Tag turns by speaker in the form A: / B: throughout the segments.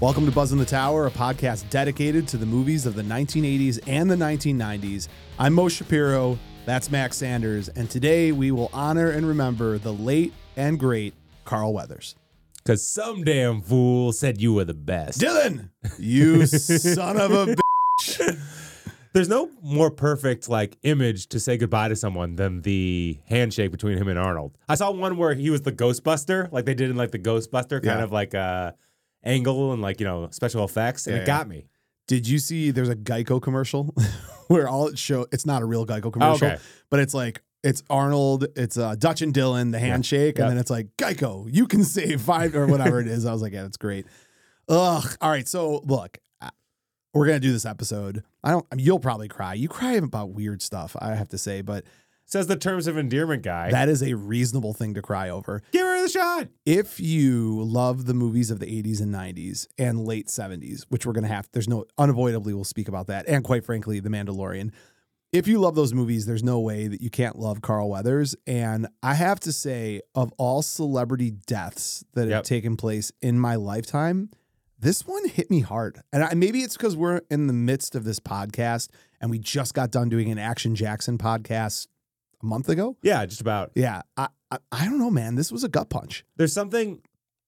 A: Welcome to Buzz in the Tower, a podcast dedicated to the movies of the 1980s and the 1990s. I'm Mo Shapiro, that's Max Sanders, and today we will honor and remember the late and great Carl Weathers.
B: Cause some damn fool said you were the best.
A: Dylan, you son of a bitch.
B: There's no more perfect like image to say goodbye to someone than the handshake between him and Arnold. I saw one where he was the Ghostbuster, like they did in like the Ghostbuster kind
A: Yeah.
B: of like uh angle and like you know special effects, and
A: Yeah,
B: it
A: yeah.
B: got me.
A: Did you see there's a Geico commercial where all it show it's not a real Geico commercial,
B: Oh, Okay.
A: but it's like it's Arnold, it's uh, Dutch and Dylan, the handshake,
B: Yeah.
A: and then it's like Geico, you can save five or whatever it is. I was like, yeah, that's great. Ugh. All right, so look, I- we're gonna do this episode. I don't. I mean, you'll probably cry. You cry about weird stuff, I have to say, but
B: Says the terms of endearment guy.
A: that is a reasonable thing to cry over.
B: Give her the shot.
A: If you love the movies of the 80s and 90s and late 70s, which we're going to have, there's no unavoidably we'll speak about that. And quite frankly, The Mandalorian. If you love those movies, there's no way that you can't love Carl Weathers. And I have to say, of all celebrity deaths that have
B: Yep.
A: taken place in my lifetime, this one hit me hard. And I, maybe it's because we're in the midst of this podcast and we just got done doing an Action Jackson podcast a month ago.
B: Yeah, just about.
A: Yeah, I, I, I don't know, man. This was a gut punch.
B: There's something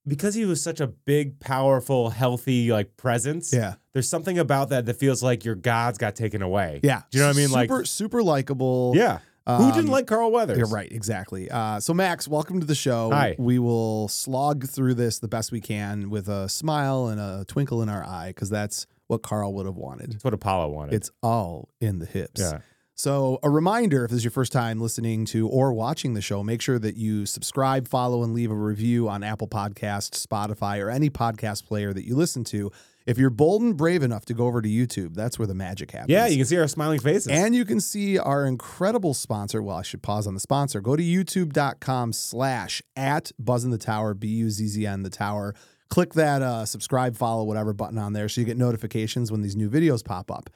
B: because he was such a big, powerful, healthy like presence.
A: Yeah.
B: There's something about that that feels like your gods got taken away.
A: Yeah.
B: Do you know what I mean?
A: Super,
B: Like-
A: super likable.
B: Yeah. Who didn't
A: Um,
B: like Carl Weathers?
A: You're right, exactly. Uh, so, Max, welcome to the show.
B: Hi.
A: We will slog through this the best we can with a smile and a twinkle in our eye because that's what Carl would have wanted.
B: It's what Apollo wanted.
A: It's all in the hips.
B: yeah.
A: So, a reminder if this is your first time listening to or watching the show, make sure that you subscribe, follow, and leave a review on Apple Podcasts, Spotify, or any podcast player that you listen to. If you're bold and brave enough to go over to YouTube, that's where the magic happens.
B: Yeah, you can see our smiling faces.
A: And you can see our incredible sponsor. Well, I should pause on the sponsor. Go to youtube.com slash at Buzz in the Tower, B U Z Z N the Tower. Click that uh, subscribe, follow, whatever button on there so you get notifications when these new videos pop up.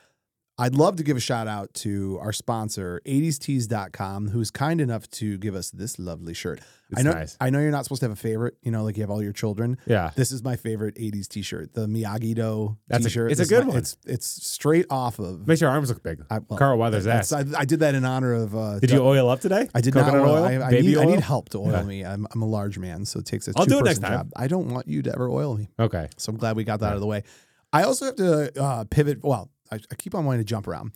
A: I'd love to give a shout out to our sponsor, 80stees.com, who's kind enough to give us this lovely shirt. I
B: It's
A: know
B: nice.
A: I know you're not supposed to have a favorite, you know, like you have all your children.
B: yeah.
A: This is my favorite 80s t-shirt, the Miyagi Do
B: That's a-
A: t-shirt.
B: it's a
A: This is
B: good
A: my-
B: one.
A: It's it's straight off of
B: Makes your arms look big.
A: I- well,
B: Carl Weathers
A: that's-
B: ass.
A: I, I did that in honor of. Uh,
B: Did you oil up today?
A: I did not
B: Coconut
A: oil.
B: oil.
A: I, I
B: Baby
A: need, I
B: oil?
A: need help to oil
B: Yeah.
A: me. I'm, I'm a large man, so it takes a
B: I'll do it
A: two-person
B: next time.
A: job. I don't want you to ever oil me,
B: Okay.
A: so I'm glad we got that out of the way. I also have to uh, pivot. Well, I, I keep on wanting to jump around.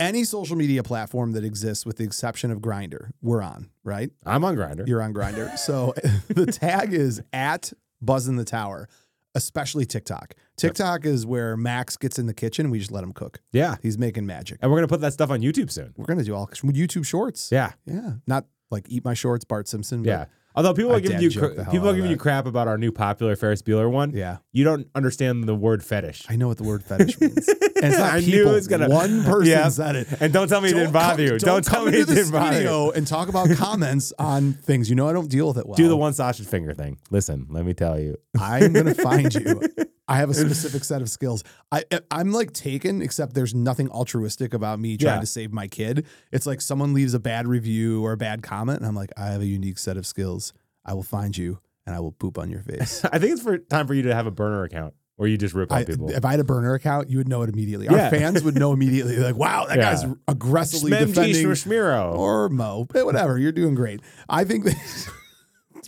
A: Any social media platform that exists, with the exception of Grinder, we're on. Right?
B: I'm on grinder.
A: You're on Grinder. So the tag is at Buzz in the Tower, especially TikTok. TikTok is where Max gets in the kitchen. We just let him cook.
B: Yeah.
A: He's making magic.
B: And we're gonna put that stuff on YouTube soon.
A: We're gonna do all YouTube Shorts.
B: Yeah.
A: Yeah, not like eat my shorts, Bart Simpson. but-
B: Yeah. Although people
A: I
B: are giving
A: dad
B: you
A: joked
B: cra-
A: the hell
B: people
A: out
B: are
A: of
B: giving you
A: that.
B: crap about our new popular Ferris Bueller one.
A: yeah.
B: You don't understand the word fetish.
A: I know what the word fetish means. And it's not
B: I knew
A: people.
B: it was gonna-
A: One person
B: Yeah.
A: said it.
B: And don't tell me it didn't bother
A: come-
B: you. Don't, tell
A: come into
B: me it
A: the
B: didn't bother you.
A: studio and talk about comments on things. You know, I don't deal with it well.
B: Do the one sausage finger thing. Listen, let me tell you.
A: I'm gonna find you. I have a specific set of skills. I I'm like taken, except there's nothing altruistic about me trying
B: Yeah.
A: to save my kid. It's like someone leaves a bad review or a bad comment, and I'm like, I have a unique set of skills. I will find you, and I will poop on your face.
B: I think it's for time for you to have a burner account where you just rip on
A: I,
B: people.
A: if I had a burner account, you would know it immediately. Our
B: Yeah.
A: fans would know immediately. Like, wow, that
B: Yeah.
A: guy's aggressively
B: Smem
A: defending
B: Tishra Shmiro.
A: or Mo, but whatever. You're doing great. I think that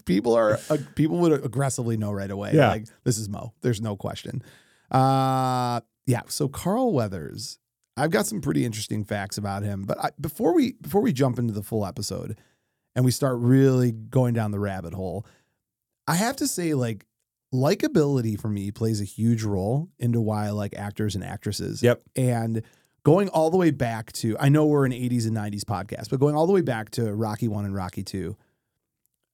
A: people are uh, people would aggressively know right away.
B: Yeah.
A: Like, this is Mo. There's no question. Uh, yeah. So Carl Weathers, I've got some pretty interesting facts about him. But I, before we before we jump into the full episode, and we start really going down the rabbit hole, I have to say like. Likability for me plays a huge role into why I like actors and actresses
B: Yep.
A: and going all the way back to I know we're an 80s and 90s podcast, but going all the way back to Rocky 1 and Rocky 2.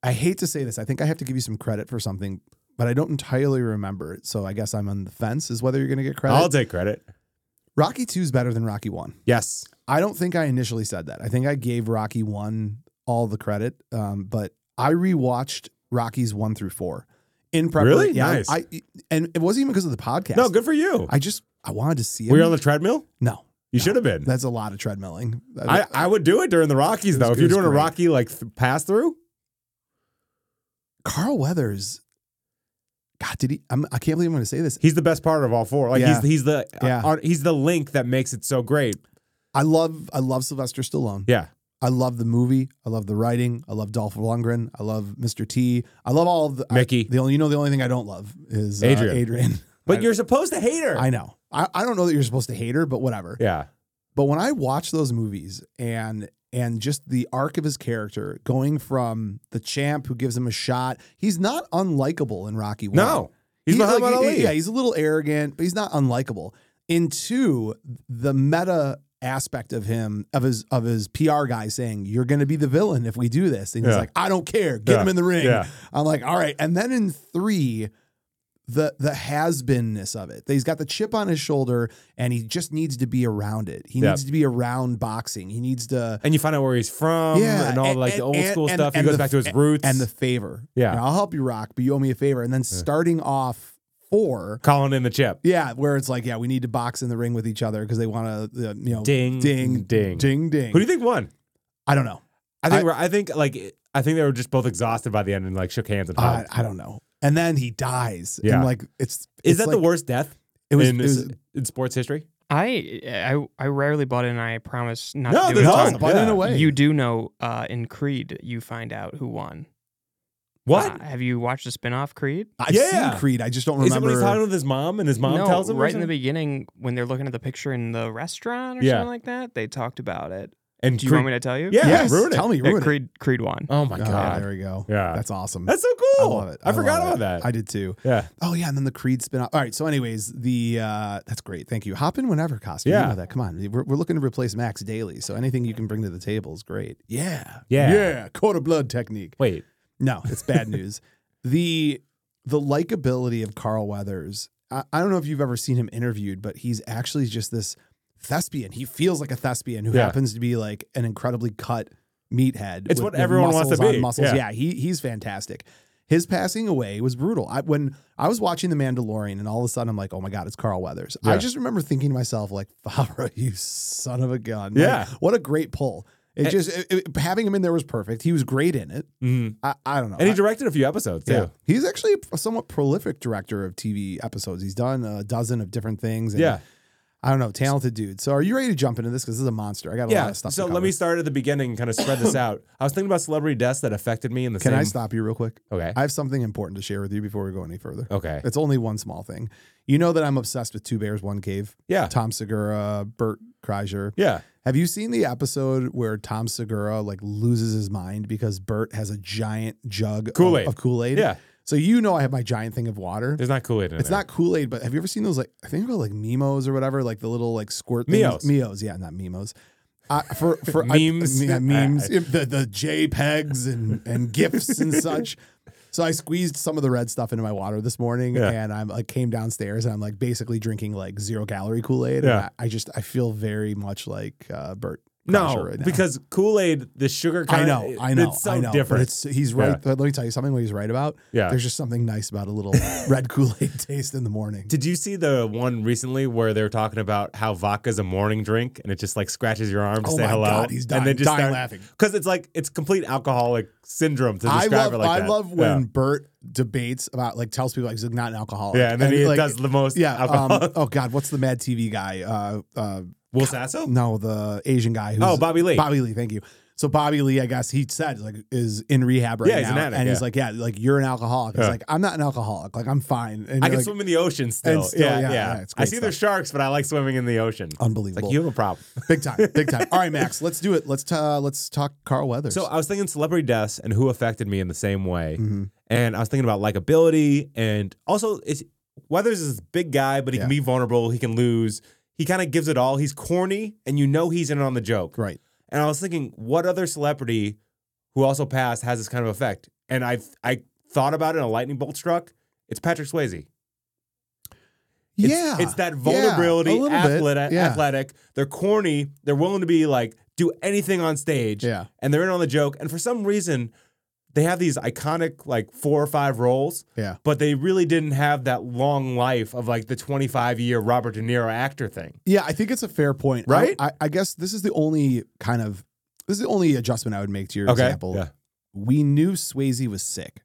A: I hate to say this, I think I have to give you some credit for something, but I don't entirely remember it. So I guess I'm on the fence is whether you're going to get credit.
B: I'll take credit.
A: Rocky 2 is better than Rocky 1.
B: Yes.
A: I don't think I initially said that. I think I gave Rocky 1 all the credit, um, but I rewatched Rocky's 1 through 4 in preparation.
B: Really?
A: Yeah,
B: Nice.
A: I and it wasn't even because of the podcast.
B: No, good for you.
A: I just I wanted to see it.
B: Were you on the treadmill?
A: no,
B: You
A: No.
B: should have been.
A: That's a lot of treadmilling. Uh,
B: I, I would do it during the Rockies
A: It was-
B: though. If
A: it
B: you're
A: was
B: doing a
A: great.
B: Rocky like th- pass through,
A: Carl Weathers God, did he? I'm, I can't believe I'm going to say this.
B: He's the best part of all four. Like
A: Yeah.
B: he's he's the
A: Yeah.
B: uh, he's the link that makes it so great.
A: I love I love Sylvester Stallone.
B: Yeah.
A: I love the movie. I love the writing. I love Dolph Lundgren. I love Mr. T. I love all of the I-
B: Mickey.
A: the only you know the only thing I don't love is uh,
B: Adrian.
A: Adrian.
B: But
A: I-
B: you're supposed to hate her.
A: I know. I, I don't know that you're supposed to hate her, but whatever.
B: yeah.
A: But when I watch those movies and and just the arc of his character going from the champ who gives him a shot, he's not unlikable in Rocky One.
B: No. He's, Muhammad
A: like-
B: Ali.
A: Yeah, he's a little arrogant, but he's not unlikable. In two, the meta aspect of him of his of his PR guy saying you're going to be the villain if we do this, and he's
B: Yeah.
A: like, I don't care, get
B: Yeah.
A: him in the ring.
B: Yeah.
A: I'm like, all right. And then in three, the the has beenness of it. He's got the chip on his shoulder, and he just needs to be around it. He
B: Yeah.
A: needs to be around boxing. He needs to
B: And you find out where he's from and all like the old
A: and-
B: school
A: and-
B: stuff. He
A: and
B: goes
A: the-
B: back to his roots.
A: and the favor.
B: Yeah.
A: You know, I'll help you rock, but you owe me a favor. And then starting off four,
B: calling in the chip.
A: yeah, where it's like, yeah, we need to box in the ring with each other because they want to, uh, you know,
B: Ding,
A: ding,
B: ding.
A: ding, ding.
B: Who do you think won?
A: I don't know.
B: I think
A: I-
B: we're I think like I think they were just both exhausted by the end and like shook hands and
A: I,
B: hugged.
A: I don't know. And then he dies.
B: Uh, Yeah.
A: And like it's
B: Is
A: it's
B: that
A: like,
B: the worst death
A: It was, it
B: in,
A: was
B: in sports history?
C: I, I I rarely bought in. I promise not
B: No,
C: to do
B: there's
C: it.
A: no,
B: tongue,
A: but in
B: yeah.
A: a way.
C: You do know uh, in Creed, you find out who won.
B: What?
C: Uh, have you watched the spin off Creed?
A: I've
B: Yeah.
A: seen Creed. I just don't
B: Is it
A: remember.
B: when he's talking with his mom and his mom
C: no,
B: tells him? or
C: right in the
B: something?
C: beginning when they're looking at the picture in the restaurant or
B: Yeah.
C: something like that. They talked about it.
B: And
C: Do you want me to tell you?
B: Yeah,
A: yes,
B: ruin it.
A: tell me,
C: Yeah,
A: ruin it.
C: Creed Creed won.
B: Oh my
A: Oh,
B: god.
A: there we go.
B: Yeah.
A: That's awesome.
B: That's so
A: I
B: cool.
A: love it.
B: I, forgot
A: love
B: about
A: it.
B: that.
A: I did too.
B: yeah.
A: Oh yeah, and then the Creed spin off. All right, so anyways, the uh that's great. Thank you. Hop in whenever, Costa. You
B: Yeah.
A: know that. Come on. We're, we're looking to replace Max Daly, so anything you can bring to the table is great. Yeah.
B: Yeah.
A: Yeah. Quarter blood technique.
B: Wait.
A: No, it's bad news. The the likability of Carl Weathers. I, I don't know if you've ever seen him interviewed, but he's actually just this thespian. He feels like a thespian who
B: Yeah.
A: happens to be like an incredibly cut meathead.
B: It's what everyone wants to
A: muscles on
B: be.
A: Muscles.
B: Yeah.
A: Yeah, he he's fantastic. His passing away was brutal. I, when I was watching The Mandalorian, and all of a sudden I'm like, "Oh my God, it's Carl Weathers." I
B: Yeah.
A: just remember thinking to myself, "Like Favreau, you son of a gun!
B: Yeah.
A: Like, what a great pull! It
B: And-
A: just it- it- having him in there was perfect. He was great in it.
B: Mhm.
A: I, I don't know.
B: And
A: Mm-hmm.
B: he
A: I-
B: directed a few episodes too.
A: yeah. He's actually a somewhat prolific director of TV episodes. He's done a dozen of different things. and
B: Yeah.
A: I don't know. Talented dude. So are you ready to jump into this? Because this is a monster. I got a lot
B: Yeah.
A: of stuff.
B: So
A: to
B: let
A: cover.
B: me start at the beginning and kind of spread this out. I was thinking about celebrity deaths that affected me in the
A: Can
B: same.
A: I stop you real quick?
B: Okay.
A: I have something important to share with you before we go any further.
B: okay.
A: It's only one small thing. You know that I'm obsessed with Two Bears, One Cave.
B: Yeah.
A: Tom Segura, Bert Kreischer.
B: Yeah.
A: Have you seen the episode where Tom Segura like loses his mind because Bert has a giant jug of-
B: Kool-Aid.
A: of Kool Aid?
B: Yeah.
A: So you know I have my giant thing of water.
B: There's not Kool Aid in
A: It's
B: there.
A: not Kool Aid, but have you ever seen those like I think they're called like Mimos or whatever, like the little like squirt things?
B: Meos.
A: Mimos, yeah, not Mimos. I, for for I-
B: Memes.
A: yeah, memes, the the JPEGs and and gifs and such. So I squeezed some of the red stuff into my water this morning,
B: Yeah.
A: and I'm like came downstairs and I'm like basically drinking like zero calorie Kool Aid.
B: Yeah.
A: I, I just I feel very much like uh, Bert.
B: No,
A: Kreischer right now.
B: because Kool Aid, the sugar.
A: I
B: Kind
A: know, I know,
B: It's so
A: I know. but
B: different.
A: It's he's right.
B: Yeah.
A: But let me tell you something. What he's right about.
B: yeah.
A: There's just something nice about a little red Kool Aid taste in the morning.
B: Did you see the one recently where they were talking about how vodka's a morning drink and it just like scratches your arm to
A: Oh
B: say
A: my
B: hello?
A: God, he's dying-
B: and then just
A: dying laughing.
B: because it's like it's complete alcoholic syndrome to
A: I
B: describe
A: love,
B: it like
A: I
B: that.
A: love when
B: yeah,
A: Bert debates about like tells people like he's not an alcoholic.
B: Yeah, and then he
A: like,
B: does the most.
A: yeah.
B: alcohol.
A: Um, oh God, what's the Mad TV guy? Uh, uh,
B: Will Sasso.
A: no, the Asian guy. Who's,
B: oh, Bobby Lee.
A: Bobby Lee. Thank you. So Bobby Lee, I guess he said like is in rehab right
B: Yeah,
A: now,
B: he's an addict,
A: and he's
B: yeah.
A: like, yeah, like you're an alcoholic. He's
B: Yeah.
A: like, I'm not an alcoholic. Like I'm fine. And you're
B: I can
A: like,
B: swim in the ocean still.
A: still, yeah,
B: yeah, yeah.
A: yeah, it's
B: I
A: great
B: see
A: stuff.
B: there's sharks, but I like swimming in the ocean. It's
A: Unbelievable.
B: like you have a problem.
A: big time, big time. All right, Max, let's do it. Let's ta- let's talk Carl Weathers.
B: So I was thinking celebrity deaths and who affected me in the same way.
A: Mhm.
B: And I was thinking about likability and also it's Weathers is this big guy, but he can
A: Yeah.
B: be vulnerable. He can lose. He kind of gives it all. He's corny, and you know he's in on the joke.
A: right,
B: And I was thinking, what other celebrity who also passed has this kind of effect? And I I thought about it, and a lightning bolt struck. It's Patrick Swayze. It's-
A: yeah,
B: It's that
A: Yeah,
B: vulnerability,
A: a little bit,
B: athletic,
A: yeah.
B: athletic. They're corny. They're willing to be like, do anything on stage.
A: yeah,
B: And they're in on the joke. And for some reason, they have these iconic, like, four or five roles,
A: yeah.
B: but they really didn't have that long life of like the 25 year Robert De Niro actor thing.
A: Yeah, I think it's a fair point. I-
B: Right?
A: I, I guess this is the only kind of this is the only adjustment I would make to your
B: Okay.
A: example.
B: Yeah.
A: We knew Swayze was sick.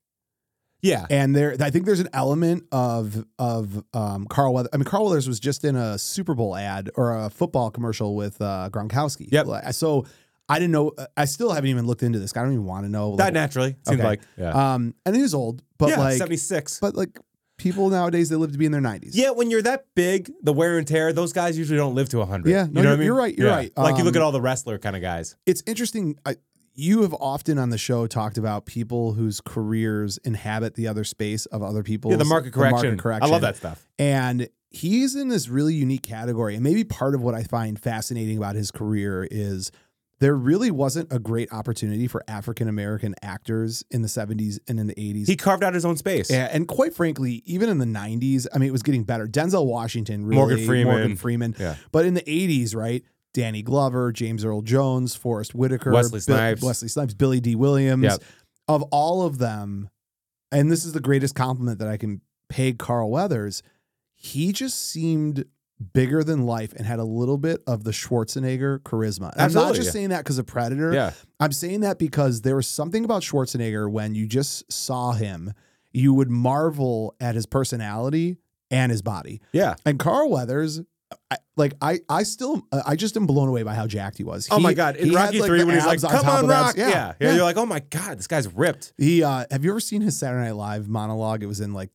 B: Yeah.
A: And there, I think there's an element of of um, Carl Weathers. I mean, Carl Weathers was just in a Super Bowl ad or a football commercial with uh, Gronkowski.
B: Yep.
A: Like, So I didn't know. I still haven't even looked into this. I don't even want to know.
B: That
A: like,
B: naturally seems
A: Okay.
B: like yeah.
A: um, and he was old, but
B: yeah,
A: like,
B: 76.
A: but like people nowadays they live to be in their nineties.
B: yeah, when you're that big, the wear and tear, those guys usually don't live to 100.
A: Yeah, no,
B: you know
A: you're-
B: what I mean?
A: you're right, you're
B: Yeah.
A: right.
B: Like you look
A: Um,
B: at all the wrestler kind of guys.
A: it's interesting. I, you have often on the show talked about people whose careers inhabit the other space of other people's.
B: Yeah, the market correction. I love that stuff.
A: And he's in this really unique category. And maybe part of what I find fascinating about his career is there really wasn't a great opportunity for African American actors in the 70s and in the 80s.
B: He carved out his own space.
A: Yeah, and quite frankly, even in the '90s, I mean, it was getting better. Denzel Washington, really,
B: Morgan Freeman.
A: Morgan Freeman.
B: Yeah.
A: But in the '80s, right? Danny Glover, James Earl Jones, Forrest Whitaker,
B: Wesley
A: Bill-
B: Snipes.
A: Wesley Snipes, Billy D. Williams.
B: Yep.
A: Of all of them, and this is the greatest compliment that I can pay Carl Weathers. He just seemed bigger than life and had a little bit of the Schwarzenegger charisma. And I'm not
B: Absolutely.
A: just saying that because of Predator.
B: Yeah.
A: I'm saying that because there was something about Schwarzenegger when you just saw him, you would marvel at his personality and his body.
B: Yeah.
A: And Carl Weathers, I, like I, I still, uh, I just am blown away by how jacked he was.
B: Oh
A: He-
B: my God! In
A: he
B: Rocky
A: had, like,
B: Three,
A: the
B: when he's like,
A: abs on
B: "Come
A: top
B: on,
A: of abs."
B: Rock!" Yeah.
A: yeah,
B: You're like, "Oh my God, this guy's ripped."
A: He, uh, have you ever seen his Saturday Night Live monologue? It was in like,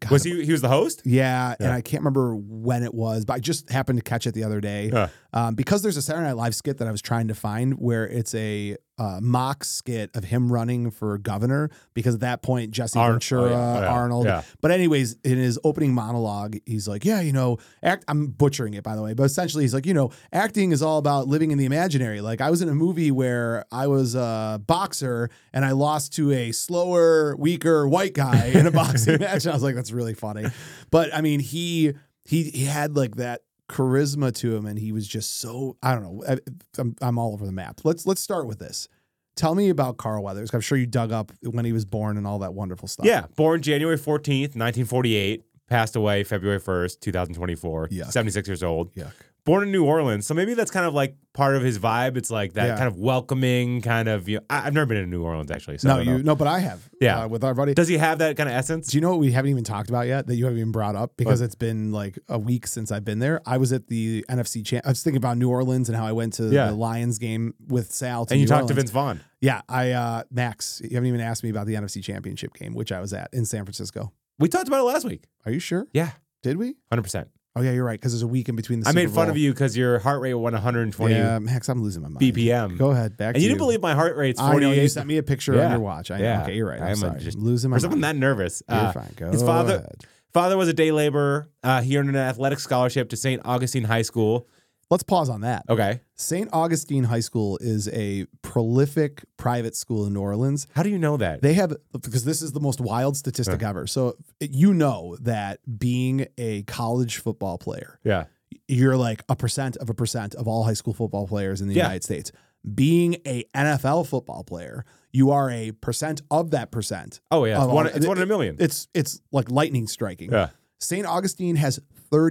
A: God,
B: Was he? He was the host.
A: Yeah, and
B: Yeah.
A: I can't remember when it was, but I just happened to catch it the other day
B: Yeah.
A: um, because there's a Saturday Night Live skit that I was trying to find where it's a uh, mock skit of him running for governor because at that point Jesse
B: Ar-
A: Ventura,
B: oh, yeah, yeah,
A: Arnold.
B: yeah.
A: But anyways, in his opening monologue, he's like, "Yeah, you know, act." I'm butchering it by the way, but essentially he's like, "You know, acting is all about living in the imaginary." Like I was in a movie where I was a boxer and I lost to a slower, weaker white guy in a boxing match. And I was like, "That's really funny," but I mean, he he he had like that charisma to him, and he was just so I don't know. I, I'm I'm all over the map. Let's let's start with this. Tell me about Carl Weathers. I'm sure you dug up when he was born and all that wonderful stuff.
B: Yeah, born January 14th, 1948, passed away February 1st, 2024.
A: Yuck.
B: 76 years old.
A: Yuck.
B: Born in New Orleans, so maybe that's kind of like part of his vibe. It's like that
A: Yeah.
B: kind of welcoming kind of. You I, have never been to New Orleans actually. So I
A: No,
B: don't know.
A: you no, but I have.
B: Yeah.
A: uh, with our buddy.
B: Does he have that kind of essence?
A: Do you know what we haven't even talked about yet that you haven't even brought up because it's been like a week since I've been there. I was at the NFC. Champ- I was thinking about New Orleans and how I went to
B: Yeah.
A: the Lions game with Sal. To
B: and you
A: New
B: talked to
A: Orleans.
B: Vince Vaughn.
A: Yeah, I uh Max. You haven't even asked me about the NFC Championship game, which I was at in San Francisco.
B: We talked about it last week.
A: Are you sure?
B: Yeah,
A: Did we?
B: 100. percent
A: Oh yeah, you're right. Because there's a week in between the.
B: I made
A: Super
B: fun
A: Bowl.
B: of you because your heart rate went 120
A: Yeah, Max, I'm losing my mind.
B: BPM,
A: Go ahead, back.
B: and
A: to
B: you didn't believe my heart rate's
A: I know
B: 48.
A: you sent me a picture on
B: Yeah.
A: your watch. I know.
B: Yeah.
A: Okay, you're right. I'm,
B: I am
A: sorry.
B: just-
A: I'm losing my
B: or something
A: mind.
B: that nervous.
A: You're
B: Uh,
A: fine. Go
B: his father-
A: ahead.
B: Father was a day laborer. Uh, he earned an athletic scholarship to St. Augustine High School.
A: Let's pause on that.
B: Okay.
A: St. Augustine High School is a prolific private school in New Orleans.
B: How do you know that?
A: They have because this is the most wild statistic ever. So it- you know that being a college football player,
B: yeah.
A: you're like a percent of a percent of all high school football players in the
B: Yeah.
A: United States. Being a NFL football player, you are a percent of that percent.
B: Oh, yeah. It's
A: Of
B: one,
A: all-
B: it's one in a million.
A: It's it's like lightning striking.
B: yeah.
A: St. Augustine has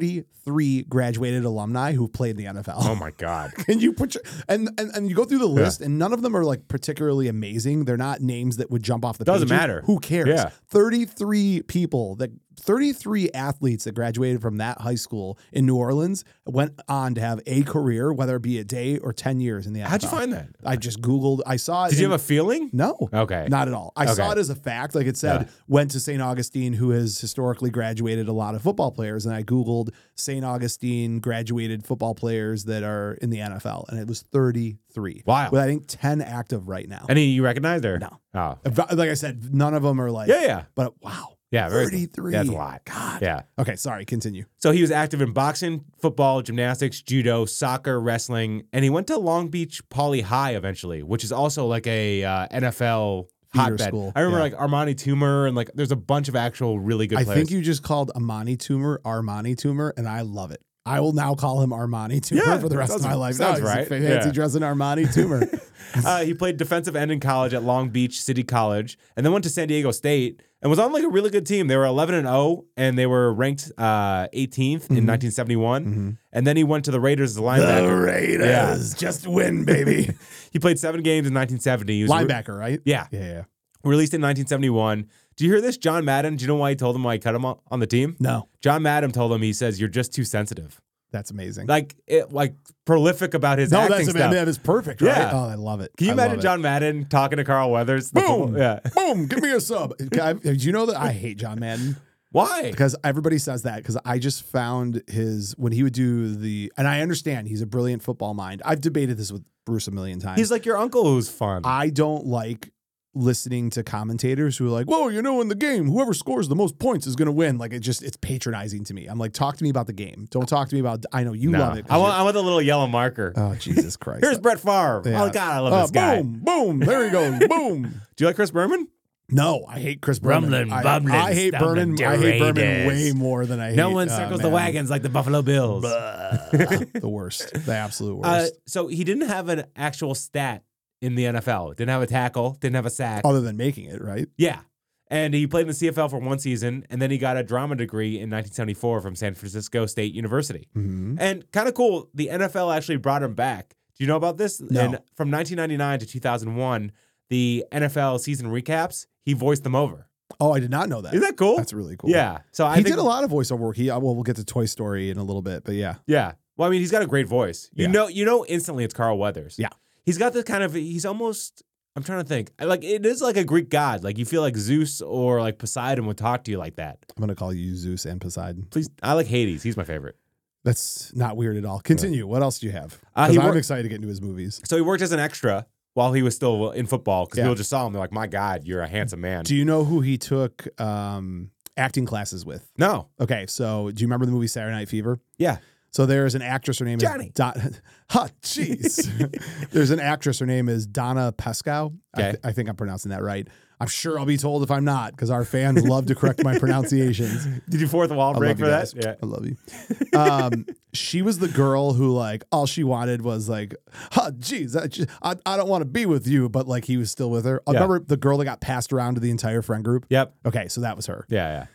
A: 33 graduated alumni who've played in the NFL
B: Oh, my God.
A: and you put your and, and and you go through the list, and none of them are like particularly amazing. They're not names that would jump off the.
B: Doesn't
A: pages.
B: matter.
A: Who cares?
B: Yeah.
A: Thirty three people that thirty three athletes that graduated from that high school in New Orleans went on to have a career, whether it be a day or ten years in the.
B: How'd you
A: NFL.
B: find that?
A: I just googled. I saw it.
B: Did
A: Uh,
B: you
A: in-
B: have a feeling?
A: no.
B: Okay.
A: Not at all. I saw
B: Okay.
A: it as a fact. Like it said,
B: Yeah.
A: went to St. Augustine, who has historically graduated a lot of football players. And I Googled St. Augustine graduated football players that are in the NFL. And it was 33.
B: Wow.
A: With I think 10 active right now.
B: Any you recognized her?
A: No.
B: Oh.
A: like I said, none of them are like,
B: Yeah, yeah.
A: but wow.
B: Yeah. Very,
A: 33.
B: That's a lot.
A: God.
B: Yeah.
A: Okay. Sorry. Continue.
B: So he was active in boxing, football, gymnastics, judo, soccer, wrestling, and he went to Long Beach Poly High eventually, which is also like a uh, NFL
A: Feeder
B: hotbed.
A: school.
B: I remember
A: Yeah.
B: like Armani Toomer and like there's a bunch of actual really good
A: I
B: players.
A: think you just called Amani Tumor Armani Tumor, and I love it. I will now call him Armani Tumor
B: Yeah,
A: for the rest of
B: sounds-
A: my life.
B: sounds
A: he's a
B: right.
A: Fancy
B: Yeah.
A: dressing Armani Tumor.
B: Uh, he played defensive end in college at Long Beach City College, and then went to San Diego State and was on like a really good team. They were 11 and 0, and they were ranked uh, 18th
A: Mhm.
B: in 1971.
A: Mm. Mm-hmm.
B: And then he went to the Raiders as a linebacker.
A: Raiders. Just win, baby.
B: He played seven games in 1970. He was a re-
A: Linebacker, right?
B: yeah,
A: Yeah.
B: Released in 1971. Do you hear this? John Madden, do you know why he told him why he cut him on on the team?
A: No,
B: John Madden told him, he says, you're just too sensitive.
A: that's amazing.
B: Like, it, like prolific about his
A: no,
B: acting
A: that's
B: stuff.
A: man, that is perfect. Right?
B: Yeah.
A: Oh, I love it.
B: Can you
A: I love
B: imagine
A: it.
B: John Madden talking to Carl Weathers? The
A: Boom!
B: fo- Yeah.
A: Boom! Give me a sub. Can I- Do you know that I hate John Madden?
B: Why?
A: because everybody says that because I just found his when he would do the and I understand he's a brilliant football mind. I've debated this with Bruce a million times.
B: He's like your uncle who's fun.
A: I don't like listening to commentators who are like, "Whoa, you know, in the game, whoever scores the most points is going to win." Like it just it's patronizing to me. I'm like, "Talk to me about the game. Don't talk to me about I know you
B: No.
A: love it." 'cause
B: I want, I want the little yellow marker.
A: you're- oh Jesus Christ.
B: Here's Brett Favre.
A: Yeah.
B: Oh, God, I love
A: Uh,
B: this guy.
A: Boom, boom. There he goes. boom.
B: Do you like Chris Berman?
A: No, I hate Chris Berman.
B: Rumbling,
A: I,
B: bumbling,
A: I hate
B: stumbling
A: Berman. I hate Berman
B: Raiders.
A: way more than I hate uh, Madden.
B: like the Buffalo Bills.
A: the worst. The absolute worst.
B: Uh, so he didn't have an actual stat in the NFL. Didn't have a tackle. Didn't have a sack.
A: other than making it, right?
B: Yeah. And he played in the CFL for one season, and then he got a drama degree in 1974 from San Francisco State University.
A: Mm-hmm.
B: And kind of cool, the NFL actually brought him back. Do you know about this?
A: No.
B: And from 1999 to 2001, the NFL season recaps, he voiced them over.
A: Oh, I did not know that.
B: Isn't that cool?
A: That's really cool.
B: Yeah. So I
A: he
B: think,
A: did a lot of voiceover work. He uh, well, we'll get to Toy Story in a little bit, but yeah,
B: Yeah. Well, I mean, he's got a great voice. You
A: Yeah.
B: know, you know instantly it's Carl Weathers.
A: Yeah.
B: He's got this kind of he's almost I'm trying to think. I- Like it is like a Greek god. Like you feel like Zeus or like Poseidon would talk to you like that.
A: I'm gonna call you Zeus and Poseidon.
B: Please I like Hades. He's my favorite.
A: That's not weird at all. Continue. What else do you have?
B: Uh,
A: 'Cause
B: he
A: I'm
B: wor-
A: excited to get into his movies.
B: So he worked as an extra while he was still in football because
A: Yeah.
B: people just saw him. They're like, my God, you're a handsome man.
A: Do you know who he took um, acting classes with?
B: no.
A: Okay, so do you remember the movie Saturday Night Fever?
B: Yeah.
A: So there's an actress. Her name
B: Johnny.
A: is Donna. Ha, jeez. there's an actress. Her name is Donna Pescow. I,
B: Okay.
A: th- I think I'm pronouncing that right. I'm sure I'll be told if I'm not, because our fans love to correct my pronunciations.
B: Did you fourth wall
A: I
B: break
A: love you
B: for that?
A: guys.
B: Yeah.
A: I love you. Um, she was the girl who, like, all she wanted was like, "Huh, geez, I, ju- I, I don't want to be with you," but like, he was still with her. I
B: Yeah.
A: remember the girl that got passed around to the entire friend group.
B: Yep.
A: Okay, so that was her
B: Yeah, yeah.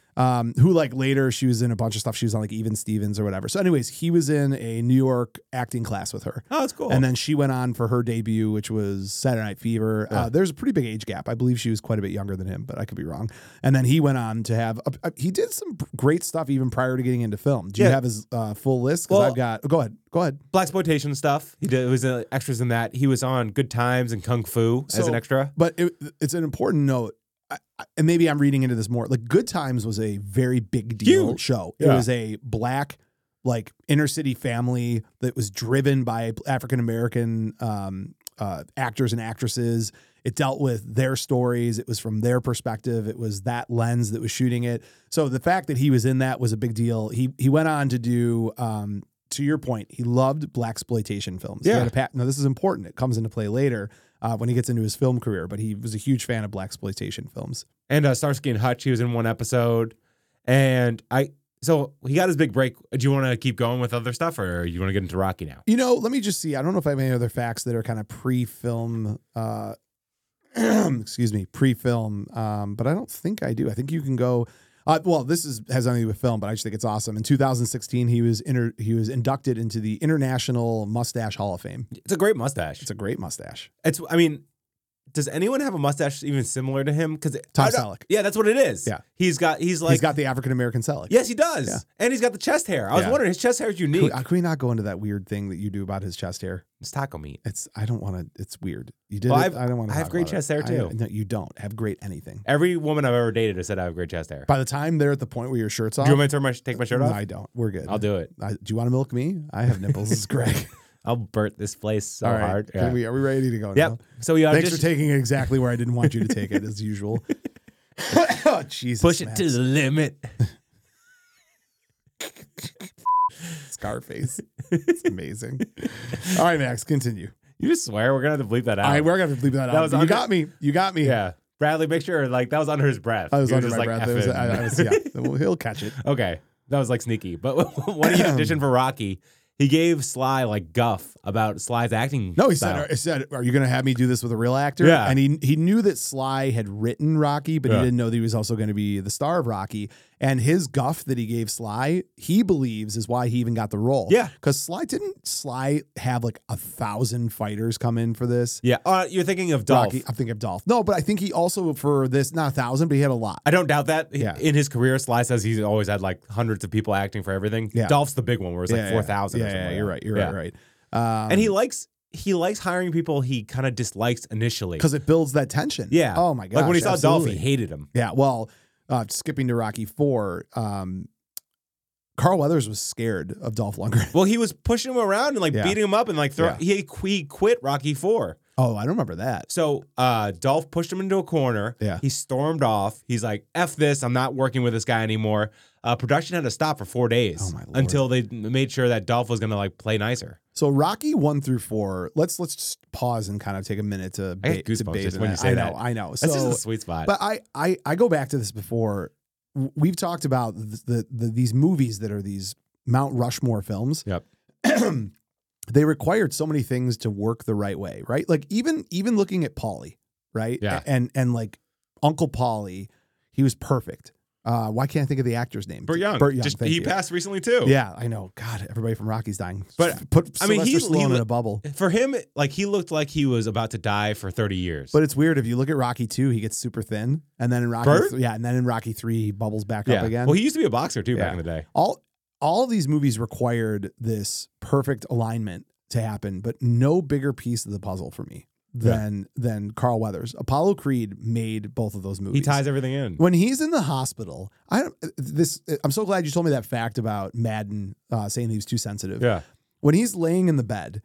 A: um, who like later she was in a bunch of stuff. She was on like Even Stevens or whatever. So, anyways, he was in a New York acting class with her.
B: Oh, that's cool.
A: And then she went on for her debut, which was Saturday Night Fever. Uh, there's a pretty big age gap. I believe she was quite a bit younger than him, but I could be wrong. And then he went on to have, a, a- he did some great stuff even prior to getting into film. Do you
B: Yeah.
A: have his uh, full list? Because
B: Well-
A: I've got, oh, go ahead, go ahead.
B: Black exploitation stuff. He did, was uh, extras in that. He was on Good Times and Kung Fu as
A: So-
B: an extra.
A: But it, it's an important note. I- I- And maybe I'm reading into this more. Like Good Times was a very big deal
B: Huge.
A: show. It
B: Yeah.
A: was a black, like inner city family that was driven by African American um, uh, actors and actresses. It dealt with their stories. It was from their perspective. It was that lens that was shooting it. So the fact that he was in that was a big deal. He he went on to do. Um, to your point, he loved black exploitation films. He
B: Yeah.
A: had a pat- now this is important. It comes into play later uh, when he gets into his film career, but he was a huge fan of black exploitation films.
B: and uh, Starsky and Hutch. He was in one episode, and I. So he got his big break. Do you want to keep going with other stuff, or you want to get into Rocky now?
A: You know, let me just see. I don't know if I have any other facts that are kind of pre-film. Uh, excuse me, pre-film. Um, but I don't think I do. I think you can go. Uh, well, this is has nothing to do with film, but I just think it's awesome. In 2016, he was inter- he was inducted into the International Mustache Hall of Fame.
B: It's a great mustache.
A: It's a great mustache.
B: It's. I mean, does anyone have a mustache even similar to him? Because
A: Tom Selleck.
B: Yeah, that's what it is.
A: Yeah.
B: he's got. He's like.
A: he's got the African American Selleck.
B: yes, he does,
A: Yeah.
B: and he's got the chest hair. I was
A: Yeah.
B: wondering, his chest hair is
A: Could,
B: unique.
A: uh, could we not go into that weird thing that you do about his chest hair?
B: It's taco meat.
A: It's I don't want to. It's weird. You did.
B: Well,
A: it,
B: I've-
A: I don't want to.
B: I have great chest hair, too.
A: no, you don't have great anything.
B: Every woman I've ever dated has said I have great chest hair.
A: By the time they're at the point where your shirt's
B: Do
A: off,
B: you want me to turn my, take my shirt
A: No,
B: off?
A: I don't. We're good.
B: I'll do it.
A: I, do you want to milk me? I have nipples. This is Greg.
B: I'll burnt this place so
A: All right.
B: hard.
A: Can
B: Yeah.
A: we, are we ready to go now?
B: Yep. So he
A: Thanks for
B: auditioned.
A: taking it exactly where I didn't want you to take it, as usual. oh, Jesus.
B: Push it
A: Max.
B: to the limit.
A: Scarface. It's amazing. All right, Max, continue.
B: You just swear we're gonna have to bleep that out.
A: I, we're going to leave that,
B: That
A: out.
B: was
A: you
B: under-
A: got me. You got me.
B: Yeah. Bradley, make sure like that was under his breath.
A: I was
B: He
A: under
B: just
A: my
B: like,
A: breath. There was-
B: "F
A: I- I
B: it."
A: was- yeah, Well, he'll catch it.
B: okay. That was like sneaky. But when he auditioned for Rocky, he gave Sly like guff about Sly's acting.
A: No, he
B: style.
A: said, he said, Are you going to have me do this with a real actor?
B: Yeah.
A: And he, he knew that Sly had written Rocky, but
B: Yeah.
A: he didn't know that he was also going to be the star of Rocky. And his guff that he gave Sly, he believes is why he even got the role.
B: Yeah.
A: Because Sly didn't Sly have like a thousand fighters come in for this.
B: Yeah. Uh, you're thinking of Dolph.
A: Rocky, I'm thinking of Dolph. No, but I think he also for this not a thousand, but he had a lot.
B: I don't doubt that. He-
A: Yeah.
B: In his career, Sly says he's always had like hundreds of people acting for everything.
A: Yeah.
B: Dolph's the big one where it's like 4,000 or
A: Yeah,
B: something
A: yeah,
B: like
A: you're
B: that.
A: right. You're
B: Yeah.
A: right. Right. Um,
B: And he likes he likes hiring people he kind of dislikes initially.
A: because it builds that tension.
B: Yeah.
A: Oh my god.
B: like when he saw Dolph, he hated him.
A: Yeah. Well, uh, skipping to Rocky Four, um, Carl Weathers was scared of Dolph Lundgren.
B: Well, he was pushing him around and like
A: Yeah.
B: beating him up and like throw, he, he quit Rocky 4.
A: Oh, I don't remember that.
B: So uh, Dolph pushed him into a corner.
A: Yeah.
B: He stormed off. He's like, F this. I'm not working with this guy anymore. Uh, production had to stop for four days
A: Oh, my Lord.
B: until they made sure that Dolph was going to like play nicer.
A: So Rocky one through four. Let's let's just pause and kind of take a minute to,
B: I
A: ba-
B: get
A: to
B: goosebumps
A: bathe
B: just
A: in
B: when
A: that.
B: you say
A: I know.
B: that.
A: I know.
B: That's
A: so,
B: just a sweet spot.
A: but I, I I go back to this before. W- We've talked about the, the, the these movies that are these Mount Rushmore films.
B: Yep.
A: they required so many things to work the right way, right? Like even even looking at Polly, right?
B: Yeah.
A: And and like Uncle Polly, he was perfect. Uh, why can't I think of the actor's name?
B: Burt Young.
A: Burt Young.
B: Just,
A: thank
B: he
A: you.
B: passed recently too.
A: Yeah, I know. God, everybody from Rocky's dying.
B: But,
A: put
B: I mean, he-
A: Sylvester
B: he
A: Stallone in
B: li-
A: a bubble.
B: For him, like he looked like he was about to die for 30 years.
A: But it's weird if you look at Rocky two, he gets super thin, and then in Rocky,
B: Burt?
A: th- yeah, and then in Rocky three, he bubbles back
B: yeah.
A: up again.
B: Well, he used to be a boxer too back
A: Yeah.
B: in the day.
A: all all these movies required this perfect alignment to happen, but no bigger piece of the puzzle for me than than Carl Weathers. Apollo Creed made both of those movies.
B: He ties everything in.
A: when he's in the hospital. I don't, this I'm so glad you told me that fact about Madden uh, saying he was too sensitive.
B: Yeah.
A: When he's laying in the bed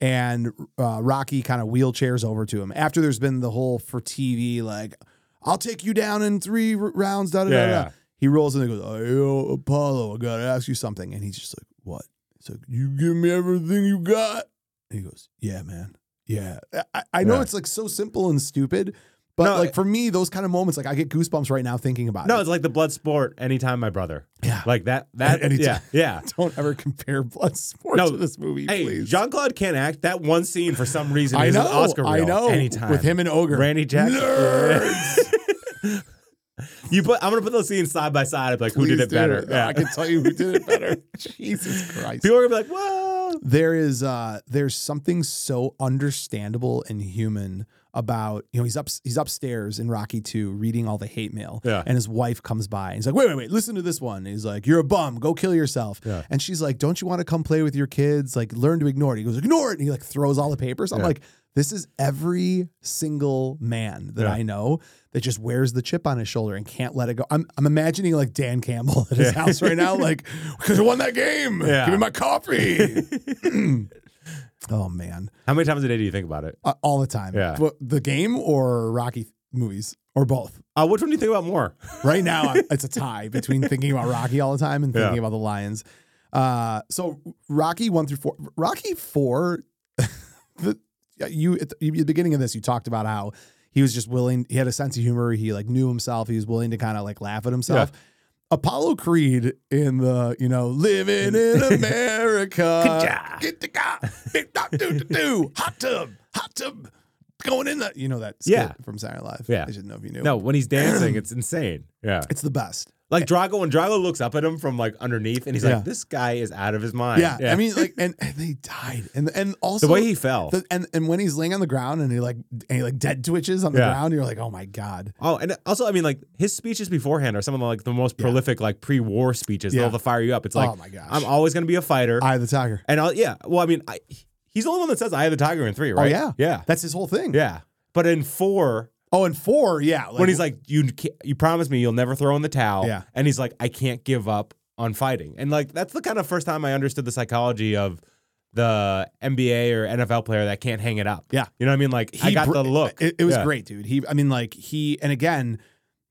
A: and uh, Rocky kind of wheelchairs over to him after there's been the whole for TV like I'll take you down in three r- rounds. Da da da.
B: Yeah,
A: da.
B: yeah.
A: He rolls in and goes, oh, yo, Apollo, I gotta ask you something. And he's just like, what? It's like, you give me everything you got. And he goes, yeah, man. Yeah. I, I know
B: Yeah.
A: it's like so simple and stupid, but
B: No,
A: like for me, those kind of moments, like I get goosebumps right now thinking about
B: No,
A: it.
B: it's like the blood sport. Anytime, my brother.
A: Yeah.
B: Like that. That.
A: Anytime.
B: yeah. Yeah.
A: Don't ever compare blood sport
B: No.
A: to this movie,
B: Hey,
A: please.
B: Jean Claude can't act. That one scene for some reason
A: I
B: is
A: know.
B: an Oscar
A: I
B: reel.
A: know.
B: Anytime
A: With him and Ogre.
B: Randy Jackson.
A: Nerds!
B: you put. I'm gonna put those scenes side by side. Like who
A: Please
B: did it
A: do.
B: better?
A: Yeah, I can tell you who did it better. Jesus Christ.
B: People are gonna be like, "Whoa!"
A: there is uh there's something so understandable and human about you know he's up he's upstairs in Rocky 2 reading all the hate mail
B: Yeah.
A: and his wife comes by and he's like wait wait wait listen to this one and he's like you're a bum go kill yourself
B: Yeah.
A: and she's like don't you want to come play with your kids like learn to ignore it he goes ignore it and he like throws all the papers I'm
B: Yeah.
A: like this is every single man that
B: Yeah.
A: I know that just wears the chip on his shoulder and can't let it go I'm I'm imagining like Dan Campbell at his
B: Yeah.
A: house right now like because I won that game
B: Yeah.
A: give me my coffee Oh man,
B: How many times a day do you think about it?
A: uh, all the time.
B: Yeah.
A: But the game or Rocky movies or both.
B: Uh, which one do you think about more?
A: Right now, I'm- it's a tie between thinking about Rocky all the time and thinking
B: Yeah.
A: about the Lions. Uh, so Rocky one through four. Rocky four. the you at the, you- at the beginning of this, you talked about how he was just willing. He had a sense of humor. He like knew himself. He was willing to kind of like laugh at himself. Apollo Creed in the you know living in America.
B: Ka-cha.
A: Get the guy. Big dog do do do. Hot tub. Hot tub. Going in the you know that
B: Yeah.
A: skit from Saturday Night Live.
B: Yeah.
A: I should know if you knew.
B: No, when he's dancing, it's insane. Yeah.
A: It's the best.
B: Like Drago, when Drago looks up at him from like underneath, and he's
A: Yeah.
B: like, "This guy is out of his mind."
A: yeah, I mean, like, and, and they died, and and also
B: the way he fell.
A: the- and and when he's laying on the ground and he like and he like dead twitches on the
B: Yeah.
A: ground, you're like, oh my god,
B: Oh, and also, I mean, like his speeches beforehand are some of the, like the most prolific, like pre-war speeches.
A: Yeah.
B: They'll fire you up. It's like,
A: Oh my gosh.
B: I'm always going to be a fighter.
A: eye of the tiger.
B: and I'll, yeah, well, I mean, I, he's the only one that says "I have the tiger" in three, right?
A: Oh, yeah.
B: yeah,
A: That's his whole thing.
B: yeah. But in four,
A: Oh, and four, yeah.
B: when he's like, "You, ca- you promise me you'll never throw in the towel,"
A: Yeah.
B: and he's like, "I can't give up on fighting," and like that's the kind of first time I understood the psychology of the NBA or NFL player that can't hang it up.
A: Yeah.
B: you know what I mean? Like I
A: he
B: got
A: br-
B: the look.
A: It, it was
B: Yeah.
A: great, dude. He, I mean, like he, and again,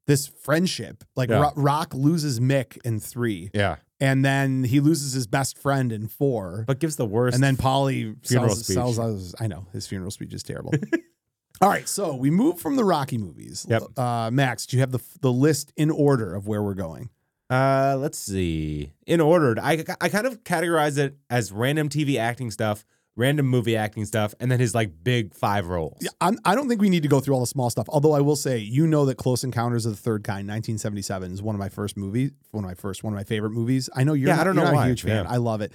A: this friendship. Like
B: Yeah.
A: Ro- Rock loses Mick in three,
B: Yeah,
A: and then he loses his best friend in four,
B: but gives the worst.
A: and then Polly
B: Funeral
A: sells,
B: speech.
A: sells out his- I know his funeral speech is terrible. All right, so we move from the Rocky movies.
B: Yep.
A: Uh, Max, do you have the the list in order of where we're going?
B: Uh, let's see. In order, I I kind of categorize it as random TV acting stuff random movie acting stuff, and then his like big five roles.
A: Yeah, I'm, I don't think we need to go through all the small stuff. Although I will say, you know that Close Encounters of the Third Kind, 1977, is one of my first movies. One of my first, one of my favorite movies. I know you're.
B: Yeah, I
A: not,
B: don't
A: you're
B: know
A: not a
B: why.
A: huge fan.
B: Yeah.
A: I love it.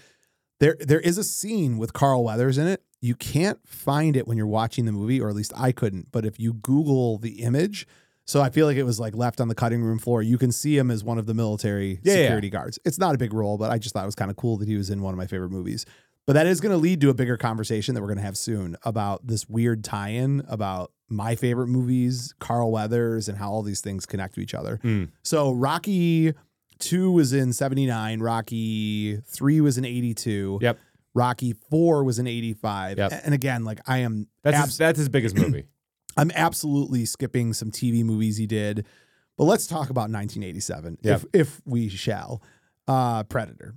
A: There, there is a scene with Carl Weathers in it. You can't find it when you're watching the movie, or at least I couldn't. But if you Google the image, so I feel like it was like left on the cutting room floor. You can see him as one of the military
B: Yeah, yeah.
A: security guards. It's not a big role, but I just thought it was kind of cool that he was in one of my favorite movies. But that is going to lead to a bigger conversation that we're going to have soon about this weird tie in about my favorite movies, Carl Weathers, and how all these things connect to each other.
B: Hmm.
A: So Rocky 2 was in 79, Rocky 3 was in 82.
B: Yep.
A: Rocky 4 was in 85.
B: Yep.
A: A- And again, like I am
B: That's
A: abs-
B: his, that's his biggest movie.
A: I'm absolutely skipping some TV movies he did. But let's talk about 1987
B: Yeah.
A: if if we shall. Uh Predator.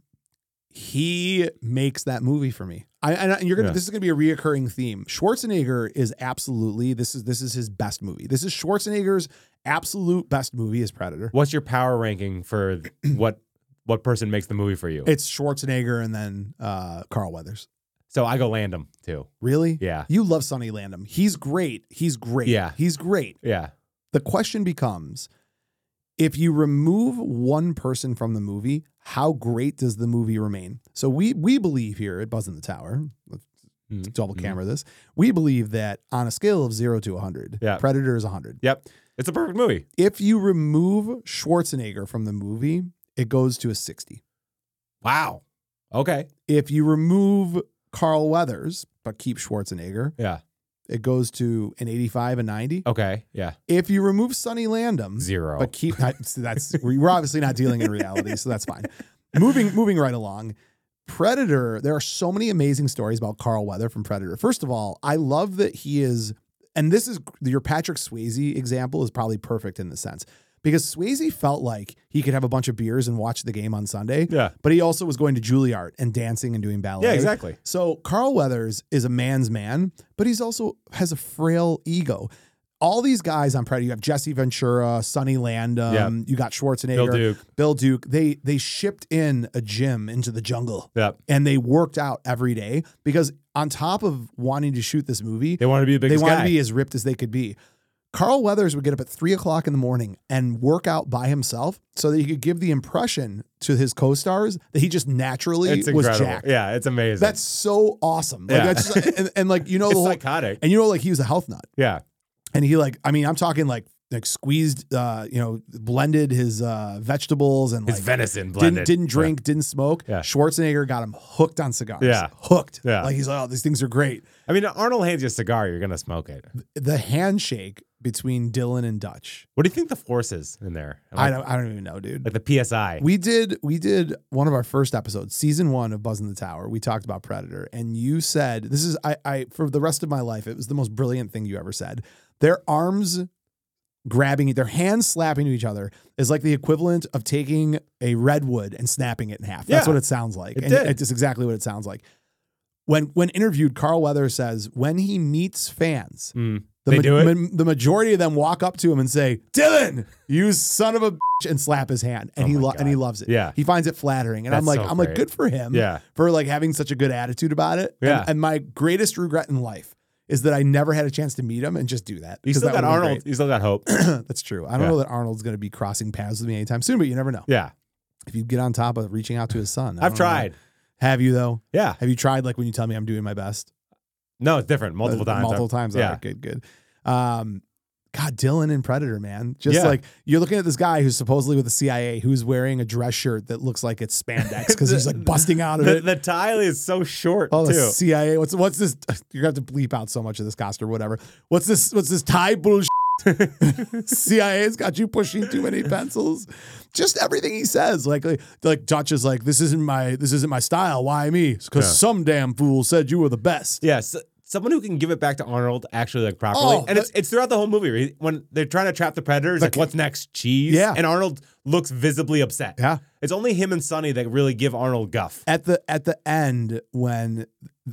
A: He makes that movie for me. I, and I- and you're gonna.
B: Yeah.
A: This is gonna be a reoccurring theme. Schwarzenegger is absolutely this is this is his best movie. This is Schwarzenegger's absolute best movie is Predator.
B: What's your power ranking for th- what what person makes the movie for you?
A: It's Schwarzenegger and then uh, Carl Weathers.
B: so I go Landon too.
A: Really?
B: Yeah,
A: You love Sonny Landham. He's great. He's great.
B: Yeah.
A: He's great.
B: yeah.
A: the question becomes if you remove one person from the movie, how great does the movie remain? So we we believe here at Buzz in the Tower, let's
B: Mhm.
A: double
B: Mhm.
A: camera this, we believe that on a scale of zero to 100,
B: Yeah.
A: Predator is 100.
B: Yep, it's a perfect movie.
A: If you remove Schwarzenegger from the movie, it goes to a 60.
B: Wow. Okay.
A: If you remove Carl Weathers, but keep Schwarzenegger,
B: Yeah.
A: it goes to an 85, a 90.
B: Okay. Yeah.
A: If you remove Sonny Landham,
B: Zero.
A: But keep I, so that's we're obviously not dealing in reality, so that's fine. Moving moving right along. Predator, there are so many amazing stories about Carl Weather from Predator. First of all, I love that he is and this is your Patrick Swayze example is probably perfect in this sense. Because Swayze felt like he could have a bunch of beers and watch the game on Sunday,
B: yeah.
A: but he also was going to Juilliard and dancing and doing ballet.
B: Yeah. Exactly.
A: So Carl Weathers is a man's man, but he's also has a frail ego. All these guys on Predator, you have Jesse Ventura, Sonny Landham,
B: Yeah.
A: you got Schwarzenegger,
B: Bill Duke.
A: Bill Duke. They they shipped in a gym into the jungle
B: Yep.
A: and they worked out every day because on top of wanting to shoot this movie,
B: They want to be the
A: they
B: biggest
A: wanted
B: guy.
A: to be as ripped as they could be. Carl Weathers would get up at three o'clock in the morning and work out by himself so that he could give the impression to his co-stars that he just naturally
B: it's
A: was
B: incredible.
A: jacked.
B: Yeah. It's amazing.
A: That's so awesome. Like,
B: Yeah.
A: that's just, and, and like you know
B: it's
A: the whole,
B: psychotic.
A: and you know like he was a health nut,
B: Yeah.
A: and he like I mean I'm talking like like squeezed, uh, you know, blended his uh, vegetables and
B: It's
A: like
B: venison
A: didn't
B: blended.
A: didn't drink, didn't smoke.
B: Yeah.
A: Schwarzenegger got him hooked on cigars.
B: Yeah.
A: hooked.
B: Yeah.
A: like he's like, oh, these things are great.
B: I mean, Arnold hands you a cigar, you're gonna smoke it.
A: The handshake between Dylan and Dutch.
B: What do you think the force is in there?
A: I
B: Like,
A: don't I don't even know, dude.
B: like the PSI.
A: We did we did one of our first episodes, season one of Buzz in the Tower. We talked about Predator, and you said this is I I for the rest of my life, it was the most brilliant thing you ever said. Their arms grabbing their hands slapping to each other is like the equivalent of taking a redwood and snapping it in half. That's
B: Yeah.
A: what it sounds like.
B: It
A: and
B: did.
A: it's exactly what it sounds like. When when interviewed, Carl Weather says when he meets fans,
B: Mm.
A: the,
B: They do it?
A: ma- the majority of them walk up to him and say, "Dylan, you son of a bitch," and slap his hand, and
B: Oh
A: he
B: my
A: lo-
B: God.
A: and he loves it.
B: Yeah.
A: he finds it flattering, and I'm
B: That's
A: like,
B: so
A: I'm like,
B: great.
A: good for him,
B: Yeah.
A: for like having such a good attitude about it. And-
B: Yeah.
A: and, my greatest regret in life is that I never had a chance to meet him and just do that.
B: You
A: 'cause
B: still
A: that
B: got
A: would've been
B: Arnold. You still got hope.
A: great. That's true. I don't
B: Yeah.
A: know that Arnold's going to be crossing paths with me anytime soon, but you never know.
B: Yeah.
A: If you get on top of reaching out to his son, I don't
B: I've
A: know.
B: tried.
A: Have you though?
B: Yeah.
A: Have you tried like when you tell me I'm doing my best?
B: No, it's different. Multiple
A: Uh,
B: times.
A: Multiple times. Yeah.
B: yeah.
A: good, good. Um, God, Dylan and Predator, man. Just
B: Yeah.
A: like you're looking at this guy who's supposedly with the CIA who's wearing a dress shirt that looks like it's spandex because he's like busting out of
B: The,
A: it.
B: the tile is so short
A: Oh, the
B: too.
A: CIA. What's what's this? You're gonna have to bleep out so much of this cost or whatever. What's this? What's this Thai bullshit? CIA's got you pushing too many pencils. Just everything he says, like like, like Dutch is like, this isn't my this isn't my style. Why me? Because
B: Yeah.
A: some damn fool said you were the best.
B: Yeah, so, someone who can give it back to Arnold actually like properly,
A: Oh,
B: and it's it's throughout the whole movie right? when they're trying to trap the predators. Like, what's next, cheese?
A: Yeah.
B: and Arnold looks visibly upset.
A: Yeah.
B: it's only him and Sonny that really give Arnold guff.
A: at the at the end when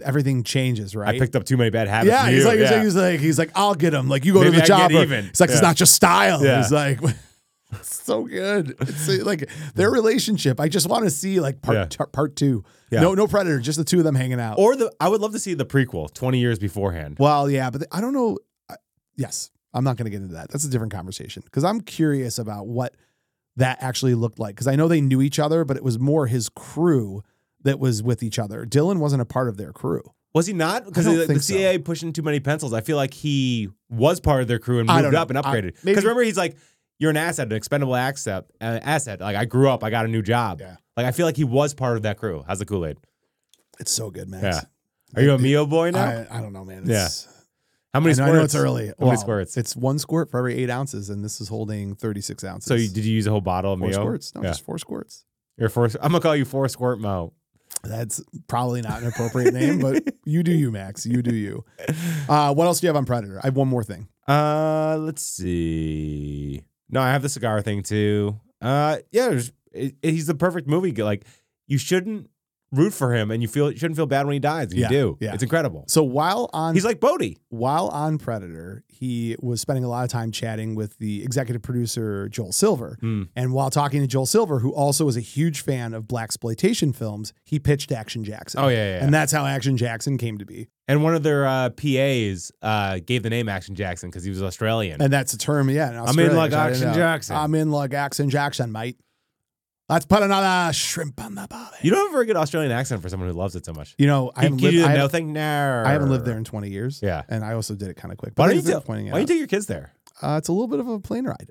A: everything changes, right?
B: I picked up too many bad habits.
A: yeah,
B: from
A: he's
B: you.
A: like, he's
B: Yeah.
A: like, he's like, he's like, I'll get him. Like you go
B: Maybe
A: to the
B: I can
A: job.
B: get
A: or-
B: even.
A: It's like it's
B: Yeah.
A: not just style.
B: Yeah.
A: He's like, so good. It's uh, like their relationship. I just want to see like part
B: Yeah.
A: t- part two.
B: Yeah.
A: No, no predator. Just the two of them hanging out.
B: Uh, Or the I would love to see the prequel 20 years beforehand.
A: well, yeah, but I don't know. I- Yes, I'm not going to get into that. That's a different conversation because I'm curious about what that actually looked like because I know they knew each other, but it was more his crew that was with each other. Dylan wasn't a part of their crew.
B: Was he not? Because
A: I don't
B: the, the
A: think so.
B: CIA pushing too many pencils. I feel like he was part of their crew and
A: I
B: moved
A: don't
B: up and
A: know. I-
B: upgraded.
A: maybe-
B: Because remember, he's like, "You're an asset, an expendable asset. Uh, asset. Like I grew up, I got a new job.
A: Yeah.
B: Like I feel like he was part of that crew. How's the Kool Aid?
A: It's so good, Max.
B: Yeah. Are you a Mio boy now?
A: I, I don't know, man. It's, I
B: How many
A: know, I
B: squirts?
A: know it's early.
B: How many
A: Wow.
B: squirts?
A: It's one squirt for every eight ounces, and this is holding 36 ounces.
B: So you, did you use a whole bottle of
A: four
B: Mio?
A: squirts? No,
B: yeah.
A: just four squirts.
B: You're four, I'm gonna call you four squirt mo.
A: That's probably not an appropriate name, but you do you, Max. You do you. Uh, what else do you have on Predator? I have one more thing.
B: Uh, let's see. No, I have the cigar thing too. Uh, yeah, there's- it- it- he's the perfect movie. guy. Like, you shouldn't root for him, and you feel you shouldn't feel bad when he dies. and You
A: Yeah,
B: do.
A: yeah.
B: It's incredible.
A: So while on
B: He's like Bodhi.
A: while on Predator, he was spending a lot of time chatting with the executive producer Joel Silver.
B: Mm.
A: And while talking to Joel Silver, who also is a huge fan of black exploitation films, he pitched Action Jackson.
B: Oh yeah, yeah. yeah.
A: And
B: And,
A: that's how Action Jackson came to be.
B: one of their uh, PAs uh, gave the name Action Jackson because he was Australian.
A: And that's a term, yeah. in
B: I'm in
A: Australia,
B: like
A: which I didn't
B: Action
A: know.
B: Jackson.
A: I'm in like Action Jackson, mate. Let's put another shrimp on the barbie.
B: you don't have a very good Australian accent for someone who loves it so much.
A: You know, I
B: Can
A: haven't,
B: you
A: lived,
B: do the
A: I,
B: no
A: haven't,
B: thing? No,
A: I haven't lived there in 20 years.
B: Yeah.
A: And I also did it kind of quick.
B: Why don't you
A: thanks for
B: do-
A: pointing it
B: Why do you
A: out.
B: take your kids there?
A: uh, it's a little bit of a plane ride.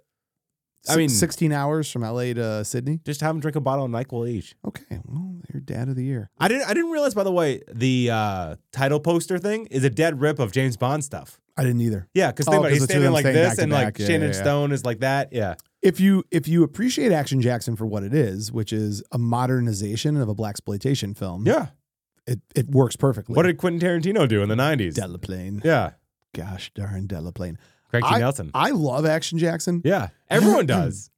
B: I
A: Six-
B: mean-
A: 16 hours from LA to Sydney.
B: Just have them drink a bottle of Nyquil each.
A: Okay. Well, you're dad of the year.
B: I didn't. I didn't realize, by the way, the uh, title poster thing is a dead rip of James Bond stuff.
A: I didn't either.
B: Yeah, because
A: Oh,
B: think about it,
A: 'cause
B: he's
A: the two of
B: standing
A: them
B: like
A: staying back
B: this,
A: to
B: and like
A: back. Yeah,
B: Shannon
A: yeah, yeah.
B: Stone is like that. Yeah,
A: If you if you appreciate Action Jackson for what it is, which is a modernization of a black exploitation film,
B: yeah.
A: it, it works perfectly.
B: What did Quentin Tarantino do in the nineties?
A: Delaplane?
B: Yeah,
A: Gosh darn Delaplane.
B: Craig T. Nelson.
A: I love Action Jackson.
B: yeah, everyone does.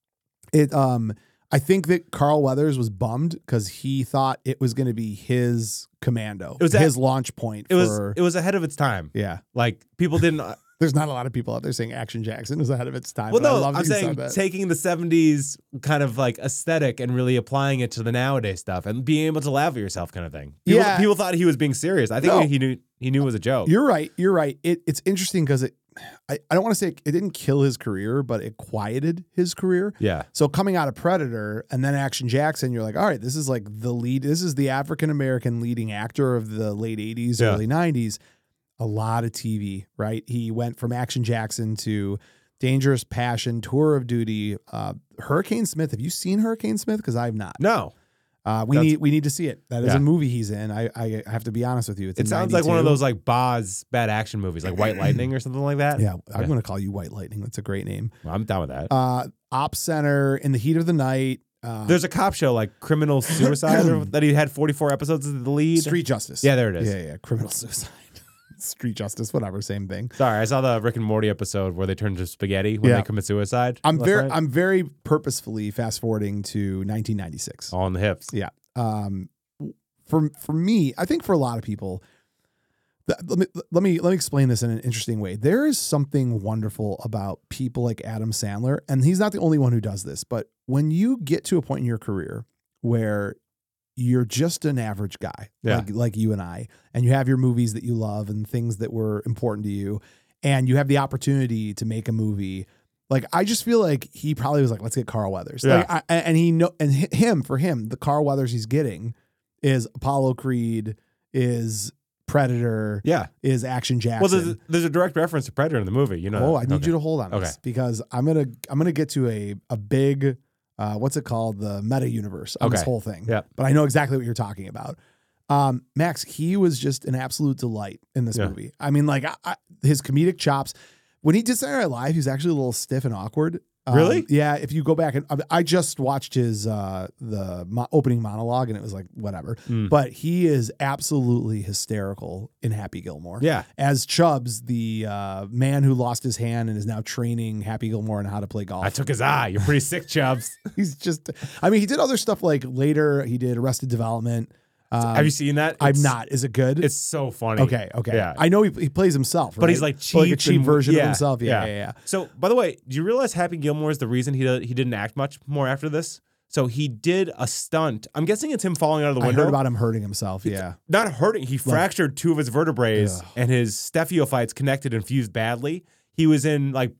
A: it um I think that Carl Weathers was bummed because he thought it was going to be his commando,
B: It was that-
A: his launch point.
B: It was.
A: for,
B: It was ahead of its time.
A: yeah.
B: Like people didn't. uh,
A: There's not a lot of people out there saying Action Jackson is ahead of its time.
B: well,
A: but I
B: no,
A: love that
B: I'm
A: you said
B: saying
A: that.
B: taking the '70s kind of like aesthetic and really applying it to the nowadays stuff and being able to laugh at yourself, kind of thing. People,
A: Yeah.
B: people thought he was being serious. I think
A: No.
B: he knew. He knew it was a joke.
A: You're right. You're right. It, it's interesting because it. I, I don't want to say it, it didn't kill his career, but it quieted his career.
B: yeah.
A: So coming out of Predator and then Action Jackson, you're like, all right, this is like the lead. This is the African American leading actor of the late '80s,
B: Yeah.
A: early '90s. A lot of TV, right? He went from Action Jackson to Dangerous Passion, Tour of Duty, uh, Hurricane Smith. Have you seen Hurricane Smith? Because I've not.
B: No.
A: Uh, we
B: That's-
A: need we need to see it. That is
B: Yeah.
A: a movie he's in. I, I have to be honest with you. It's
B: It
A: in
B: sounds like one of
A: 92.
B: those like Boz bad action movies, like White Lightning or something like that.
A: Yeah, I'm
B: Yeah.
A: going to call you White Lightning. That's a great name.
B: Well, I'm down with that.
A: Uh, Op Center in the heat of the night. Uh,
B: There's a cop show like Criminal Suicide or- that he had 44 episodes as the lead.
A: Street Justice.
B: Yeah, there it is.
A: Yeah, yeah, criminal suicide, street justice, whatever, same thing.
B: Sorry, I saw the Rick and Morty episode where they turn into spaghetti when
A: Yeah.
B: they commit suicide.
A: I'm
B: last
A: very,
B: night.
A: I'm very purposefully fast forwarding to 1996.
B: all in the hips.
A: Yeah. Um, for for me, I think for a lot of people, th- let me let me let me explain this in an interesting way. There is something wonderful about people like Adam Sandler, and he's not the only one who does this. But when you get to a point in your career where you're just an average guy,
B: Yeah.
A: like like you and I, and you have your movies that you love and things that were important to you, and you have the opportunity to make a movie. Like I just feel like he probably was like, let's get Carl Weathers,
B: Yeah.
A: Like, I, and he know and hi- him for him the Carl Weathers he's getting is Apollo Creed, is Predator,
B: Yeah.
A: is Action Jackson.
B: Well, there's, there's a direct reference to Predator in the movie. You know.
A: oh, I need you to hold on this
B: Okay.
A: because I'm gonna I'm gonna get to a a big uh, what's it called the meta universe on this
B: Okay.
A: whole thing.
B: Yep.
A: but I know exactly what you're talking about. Um, Max, he was just an absolute delight in this
B: Yeah.
A: movie. I mean, like I, I, his comedic chops. When he did Saturday Night Live, he was actually a little stiff and awkward. Um,
B: Really?
A: Yeah. If you go back and I- I just watched his uh, the mo- opening monologue and it was like whatever,
B: Mm.
A: but he is absolutely hysterical in Happy Gilmore
B: Yeah.
A: as Chubbs, the uh, man who lost his hand and is now training Happy Gilmore on how to play golf.
B: I took his eye. You're pretty sick, Chubbs.
A: He's just, I mean, he did other stuff like later he did Arrested Development. Um,
B: Have you seen that?
A: I'm
B: It's-
A: not. Is it good?
B: It's so funny.
A: okay. Okay.
B: Yeah.
A: I know he, he plays himself,
B: But he's
A: right?
B: like
A: So, like a
B: cheap
A: cheap
B: and-
A: version of
B: yeah,
A: himself. Yeah.
B: yeah.
A: Yeah. Yeah.
B: So, by the way, do you realize Happy Gilmore is the reason he he didn't act much more after this? So he did a stunt. I'm guessing it's him falling out of the
A: I
B: window.
A: heard about him hurting himself. Yeah.
B: Not hurting. He fractured two of his vertebrae
A: Ugh.
B: and his stephophytes connected and fused badly. He was in like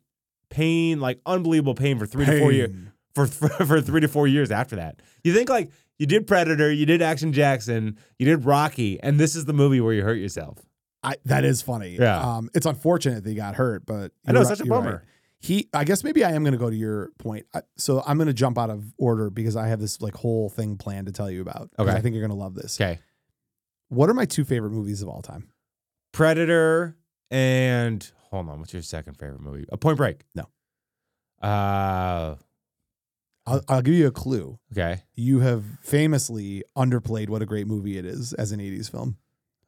B: pain, like unbelievable pain for three to four years.
A: Pain.
B: For, for for three to four years after that, you think like you did Predator, you did Action Jackson, you did Rocky, and this is the movie where you hurt yourself.
A: I, that is funny.
B: Yeah.
A: Um, it's unfortunate that he got hurt, but
B: I
A: you're
B: know, it's
A: right-
B: such a
A: you're right.
B: bummer.
A: He, I guess maybe I am going to go to your point. I, so I'm going to jump out of order because I have this like whole thing planned to tell you about. 'cause
B: Okay.
A: I think you're going to love this.
B: Okay,
A: What are my two favorite movies of all time?
B: Predator and hold on, what's your second favorite movie? A Point Break.
A: No.
B: Uh
A: I'll, I'll give you a clue.
B: okay.
A: You have famously underplayed what a great movie it is as an 80s film,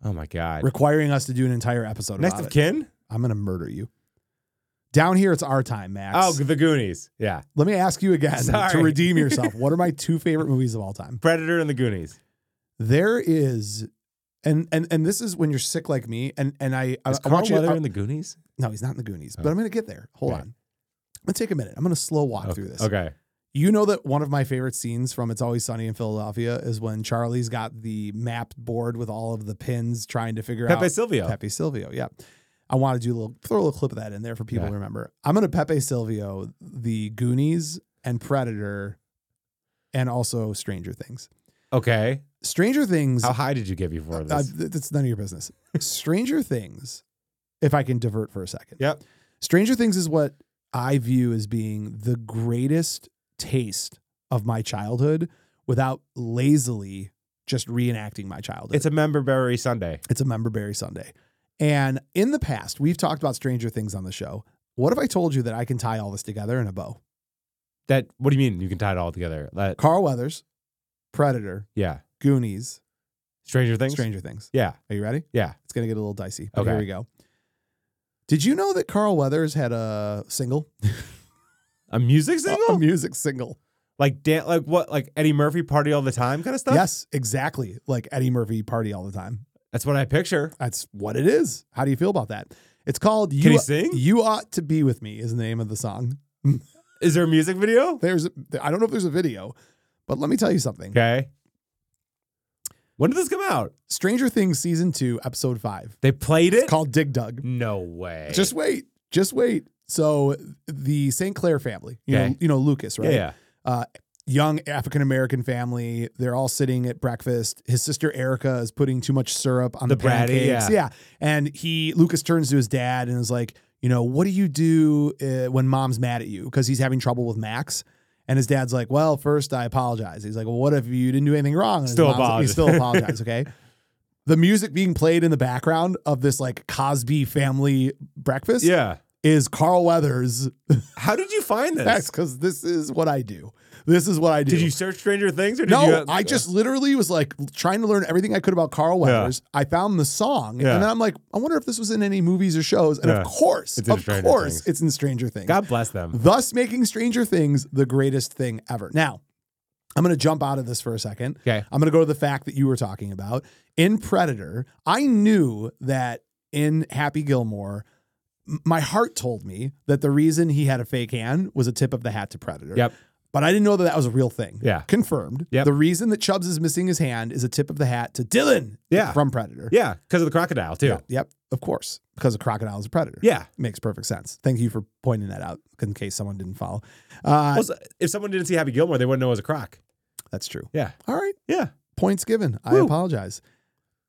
B: Oh my god.
A: requiring us to do an entire episode
B: Next
A: about
B: of
A: it.
B: kin?
A: I'm going to murder you. Down here, it's our time, Max.
B: Oh, the Goonies. Yeah.
A: Let me ask you again to
B: Sorry.
A: redeem yourself. what are my two favorite movies of all time?
B: Predator and the Goonies.
A: There is, and and and this is when you're sick like me, and and I I,
B: Is
A: I
B: Carl
A: want you.
B: Weather
A: I-
B: in the Goonies?
A: no, he's not in the Goonies,
B: Oh.
A: but I'm gonna get there. Hold
B: Okay.
A: on. I'm gonna take a minute. I'm gonna slow walk
B: okay.
A: through this.
B: Okay.
A: You know that one of my favorite scenes from It's Always Sunny in Philadelphia is when Charlie's got the map board with all of the pins trying to figure
B: Pepe
A: out
B: Silvio.
A: Pepe Silvio. Yeah. I want to do a little throw a little clip of that in there for people
B: Yeah.
A: to remember. I'm gonna Pepe Silvio, the Goonies and Predator, and also Stranger Things.
B: Okay.
A: Stranger Things
B: How high did you give you for
A: uh,
B: this?
A: th- that's none of your business. Stranger Things, if I can divert for a second.
B: Yep.
A: Stranger Things is what I view as being the greatest taste of my childhood without lazily just reenacting my childhood.
B: It's a member berry Sunday.
A: It's a member berry Sunday. And in the past, we've talked about Stranger Things on the show. What if I told you that I can tie all this together in a bow?
B: That what do you mean you can tie it all together? That
A: Carl Weathers, Predator,
B: yeah.
A: Goonies,
B: Stranger Things?
A: Stranger Things.
B: Yeah.
A: Are you ready?
B: Yeah.
A: It's going to get a little dicey. But Here
B: Okay.
A: we go. Did you know that Carl Weathers had a single?
B: A music
A: A,
B: single?
A: music single.
B: like dan- like what like Eddie Murphy party all the time kind of stuff?
A: Yes, exactly. Like Eddie Murphy party all the time.
B: That's what I picture.
A: That's what it is. How do you feel about that? It's called You
B: Can he sing?
A: You Ought to Be With Me is the name of the song.
B: Is there a music video?
A: There's I don't know if there's a video, but let me tell you something.
B: Okay. When did this come out?
A: Stranger Things season 2 episode 5
B: They played it?
A: called Dig Dug.
B: no way.
A: Just wait. Just wait. So the St. Clair family, you know,
B: Okay.
A: you know Lucas, right?
B: yeah, yeah.
A: young African American family. They're all sitting at breakfast. His sister Erica is putting too much syrup on the,
B: The bratty,
A: pancakes.
B: yeah.
A: and he Lucas turns to his dad and is like, you know, what do you do uh, when mom's mad at you? Because he's having trouble with Max. And his dad's like, well, first I apologize. He's like, well, what if you didn't do anything wrong? And his
B: Still
A: mom's like, "You
B: apologize.
A: still apologize, okay? The music being played in the background of this like Cosby family breakfast
B: Yeah.
A: is Carl Weathers.
B: How did you find this?
A: That's because this is what I do. This is what I do.
B: did you search Stranger Things or did
A: No,
B: you
A: I just literally was like trying to learn everything I could about Carl
B: Yeah.
A: Weathers. I found the song,
B: Yeah.
A: and then I'm like, I wonder if this was in any movies or shows. And
B: Yeah.
A: of course,
B: It's in
A: of
B: Stranger
A: course,
B: Things.
A: it's in Stranger Things.
B: God bless them.
A: Thus, making Stranger Things the greatest thing ever. Now, I'm going to jump out of this for a second.
B: Okay.
A: I'm going to go to the fact that you were talking about in Predator. I knew that in Happy Gilmore. m- My heart told me that the reason he had a fake hand was a tip of the hat to Predator
B: Yep.
A: but I didn't know that that was a real thing.
B: Yeah.
A: Confirmed.
B: Yep.
A: The reason that Chubbs is missing his hand is a tip of the hat to Dylan
B: Yeah.
A: from Predator.
B: Yeah, because of the crocodile too. Yeah.
A: Yep. Yep. Of course. Because a crocodile is a predator. Makes perfect sense. Thank you for pointing that out in case someone didn't follow. Uh,
B: Also, if someone didn't see Happy Gilmore, they wouldn't know it was a croc.
A: that's true.
B: Yeah.
A: All right.
B: Yeah.
A: Points given. I
B: Woo.
A: apologize.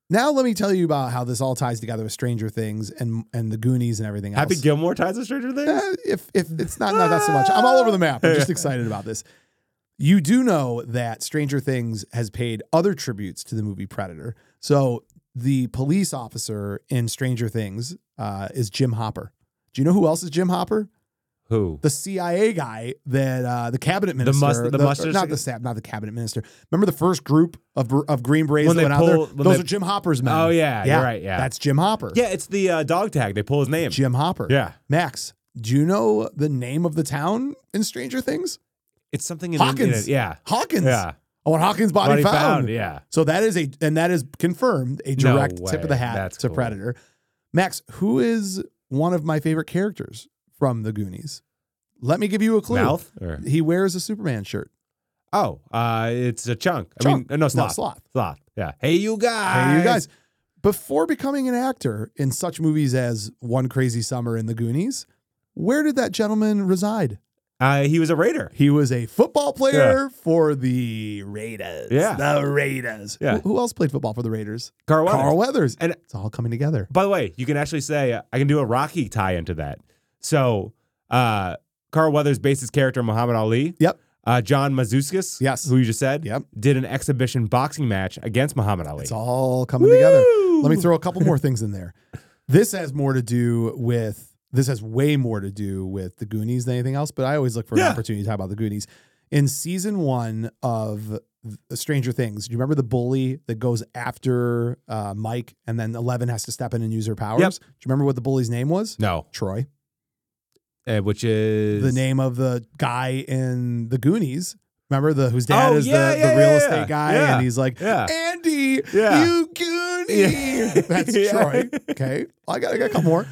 A: Now let me tell you about how this all ties together with Stranger Things and and the Goonies and everything else.
B: Happy Gilmore ties to Stranger Things?
A: Eh, if if it's not not that so much. I'm all over the map. I'm just excited about this. You do know that Stranger Things has paid other tributes to the movie Predator. So the police officer in Stranger Things uh, is Jim Hopper. Do you know who else is Jim Hopper?
B: Who?
A: The CIA guy that uh, the cabinet minister,
B: mus- the mustard-
A: not the sap, not the cabinet minister. Remember the first group of of Green Berets
B: When
A: that
B: they
A: went
B: pull-
A: out there?
B: when
A: Those
B: they-
A: are Jim Hopper's men.
B: Oh yeah, you're right. Yeah.
A: that's Jim Hopper.
B: yeah, it's the uh, dog tag. They pull his name.
A: Jim Hopper.
B: Yeah.
A: Max, do you know the name of the town in Stranger Things?
B: It's something in
A: Hawkins.
B: In it. Yeah.
A: Hawkins.
B: Yeah.
A: Oh, and Hawkins' body,
B: Body
A: found.
B: Yeah.
A: So that is a and that is confirmed a
B: No
A: direct tip of the
B: way.
A: hat
B: That's
A: to
B: cool.
A: Predator. Max, who is one of my favorite characters from the Goonies? Let me give you a clue.
B: Mouth. Or,
A: He wears a Superman shirt.
B: oh, uh, it's a chunk. I
A: Chunk.
B: mean, no
A: No,
B: sloth.
A: sloth.
B: Sloth. Yeah. Hey, you guys.
A: Hey, you guys. Before becoming an actor in such movies as One Crazy Summer and The Goonies, where did that gentleman reside?
B: Uh, he was a raider.
A: He was a football player for the Raiders.
B: Yeah.
A: The Raiders.
B: Yeah.
A: Who, who else played football for the Raiders?
B: Carl Weathers.
A: Carl Weathers.
B: And-
A: it's all coming together.
B: By the way, you can actually say uh, I can do a Rocky tie into that. So, uh, Carl Weathers based his character on Muhammad Ali.
A: Yep.
B: Uh, John Mazuskis,
A: Yes.
B: who you just said,
A: Yep.
B: did an exhibition boxing match against Muhammad Ali.
A: It's all coming together.
B: Woo!
A: Let me throw a couple more things in there. This has more to do with this has way more to do with the Goonies than anything else, but I always look for
B: Yeah.
A: an opportunity to talk about the Goonies. In season one of Th- Stranger Things, do you remember the bully that goes after uh, Mike and then Eleven has to step in and use her powers? Do you remember what the bully's name was?
B: No,
A: Troy.
B: uh, which is
A: The name of the guy in the Goonies. Remember the whose dad
B: Oh,
A: is
B: yeah,
A: the,
B: yeah,
A: the real
B: yeah, yeah.
A: estate guy
B: Yeah.
A: and he's like,
B: Yeah.
A: Andy,
B: Yeah.
A: you Goonie.
B: Yeah.
A: That's
B: Yeah.
A: Troy. Okay. I got, I got a couple more.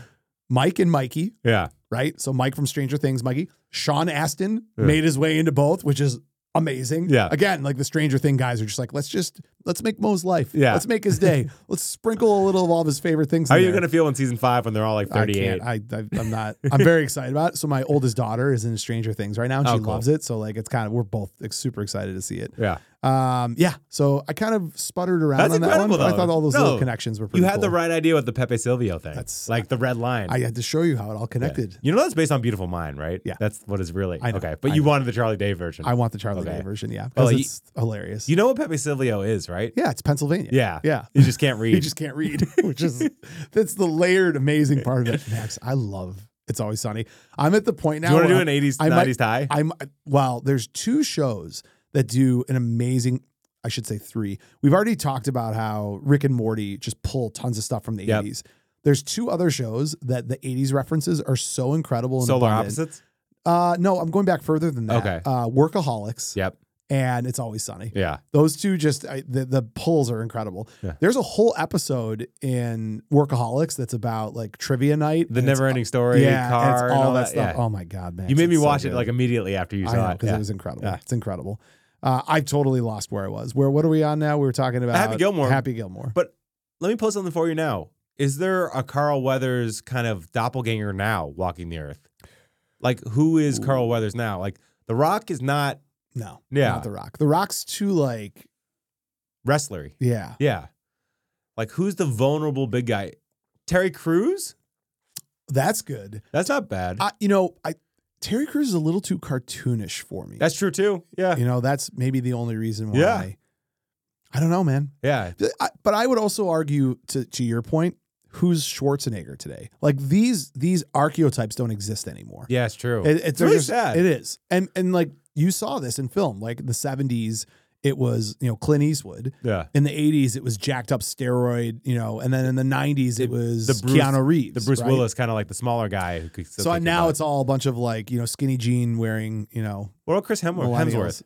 A: Mike and Mikey,
B: Yeah.
A: right? So Mike from Stranger Things, Mikey. Sean Astin
B: Yeah.
A: made his way into both, which is amazing.
B: Yeah.
A: Again, like the Stranger Thing guys are just like, let's just let's make Moe's life.
B: Yeah.
A: Let's make his day. let's sprinkle a little of all of his favorite things.
B: How are
A: in
B: you
A: there.
B: gonna feel in season five when they're all like thirty-eight?
A: I can't. I, I, I'm not. I'm very excited about it. So my oldest daughter is in Stranger Things right now, and she
B: Oh, cool.
A: loves it. So like, it's kind of we're both like, super excited to see it.
B: Yeah,
A: Um, yeah. So I kind of sputtered around
B: That's
A: on that one,
B: incredible,
A: but I
B: though.
A: thought all those
B: No.
A: little connections were pretty.
B: you had
A: cool.
B: the right idea with the Pepe Silvio thing.
A: That's-
B: like the red line.
A: I had to show you how it all connected.
B: You know that's based on Beautiful Mind, right?
A: Yeah.
B: that's what is really
A: I know.
B: okay. But
A: I
B: you
A: know.
B: wanted the Charlie Day version.
A: I want the Charlie
B: Okay.
A: Day version, yeah,
B: Well,
A: because
B: you-
A: it's hilarious.
B: you know what Pepe Silvio is, right?
A: yeah, it's Pennsylvania.
B: Yeah.
A: yeah.
B: You just can't read.
A: He just can't read, which is that's the layered amazing part of it. Max, I love. It's always sunny. I'm at the point now.
B: do you want to
A: where I'm-
B: do an eighties,
A: I might-
B: nineties tie?
A: I'm well, there's two shows that do an amazing I should say three. We've already talked about how Rick and Morty just pull tons of stuff from the
B: Yep.
A: 80s. There's two other shows that the 80s references are so incredible and
B: Solar
A: abundant.
B: opposites.
A: Uh no, I'm going back further than that.
B: Okay.
A: Uh Workaholics
B: Yep.
A: and It's Always Sunny.
B: Yeah.
A: Those two just I, the the pulls are incredible.
B: Yeah.
A: There's a whole episode in Workaholics that's about like trivia night.
B: The
A: and it's-
B: never ending story.
A: yeah,
B: car,
A: and it's
B: and
A: all, that, stuff.
B: Yeah.
A: Oh my god, man!
B: you made me
A: it's so
B: watch it
A: good.
B: like immediately after you
A: I know
B: saw it.
A: because
B: Yeah.
A: it was incredible.
B: Yeah.
A: It's incredible. Uh, I've totally lost where I was. Where what are we on now? We were talking about
B: Happy Gilmore.
A: Happy Gilmore.
B: But- Let me post something for you now. Is there a Carl Weathers kind of doppelganger now walking the earth? Like who is
A: Ooh.
B: Carl Weathers now? Like The Rock is not
A: no,
B: Yeah.
A: not The Rock. The Rock's too like
B: wrestlery.
A: yeah.
B: Yeah. Like who's the vulnerable big guy? Terry Crews?
A: That's good.
B: That's not bad.
A: I, you know, I Terry Crews is a little too cartoonish for me.
B: That's true too. Yeah.
A: you know that's maybe the only reason why.
B: Yeah.
A: I don't know, man.
B: Yeah.
A: I- but I would also argue to to your point, who's Schwarzenegger today? Like these these archetypes don't exist anymore.
B: Yeah, it's true.
A: It- it's
B: It's really
A: there's-
B: sad.
A: It is, and and like you saw this in film, like the seventies, it was you know Clint Eastwood.
B: yeah.
A: In the eighties, it was jacked up steroid, you know, and then in the nineties, it
B: The-
A: was
B: the Bruce-
A: Keanu Reeves,
B: The Bruce
A: right?
B: Willis kind of like the smaller guy who could still
A: So
B: kick your
A: now
B: butt.
A: it's all a bunch of like you know skinny jean wearing you know
B: what about Chris Hemsworth? Hemsworth.
A: millennials.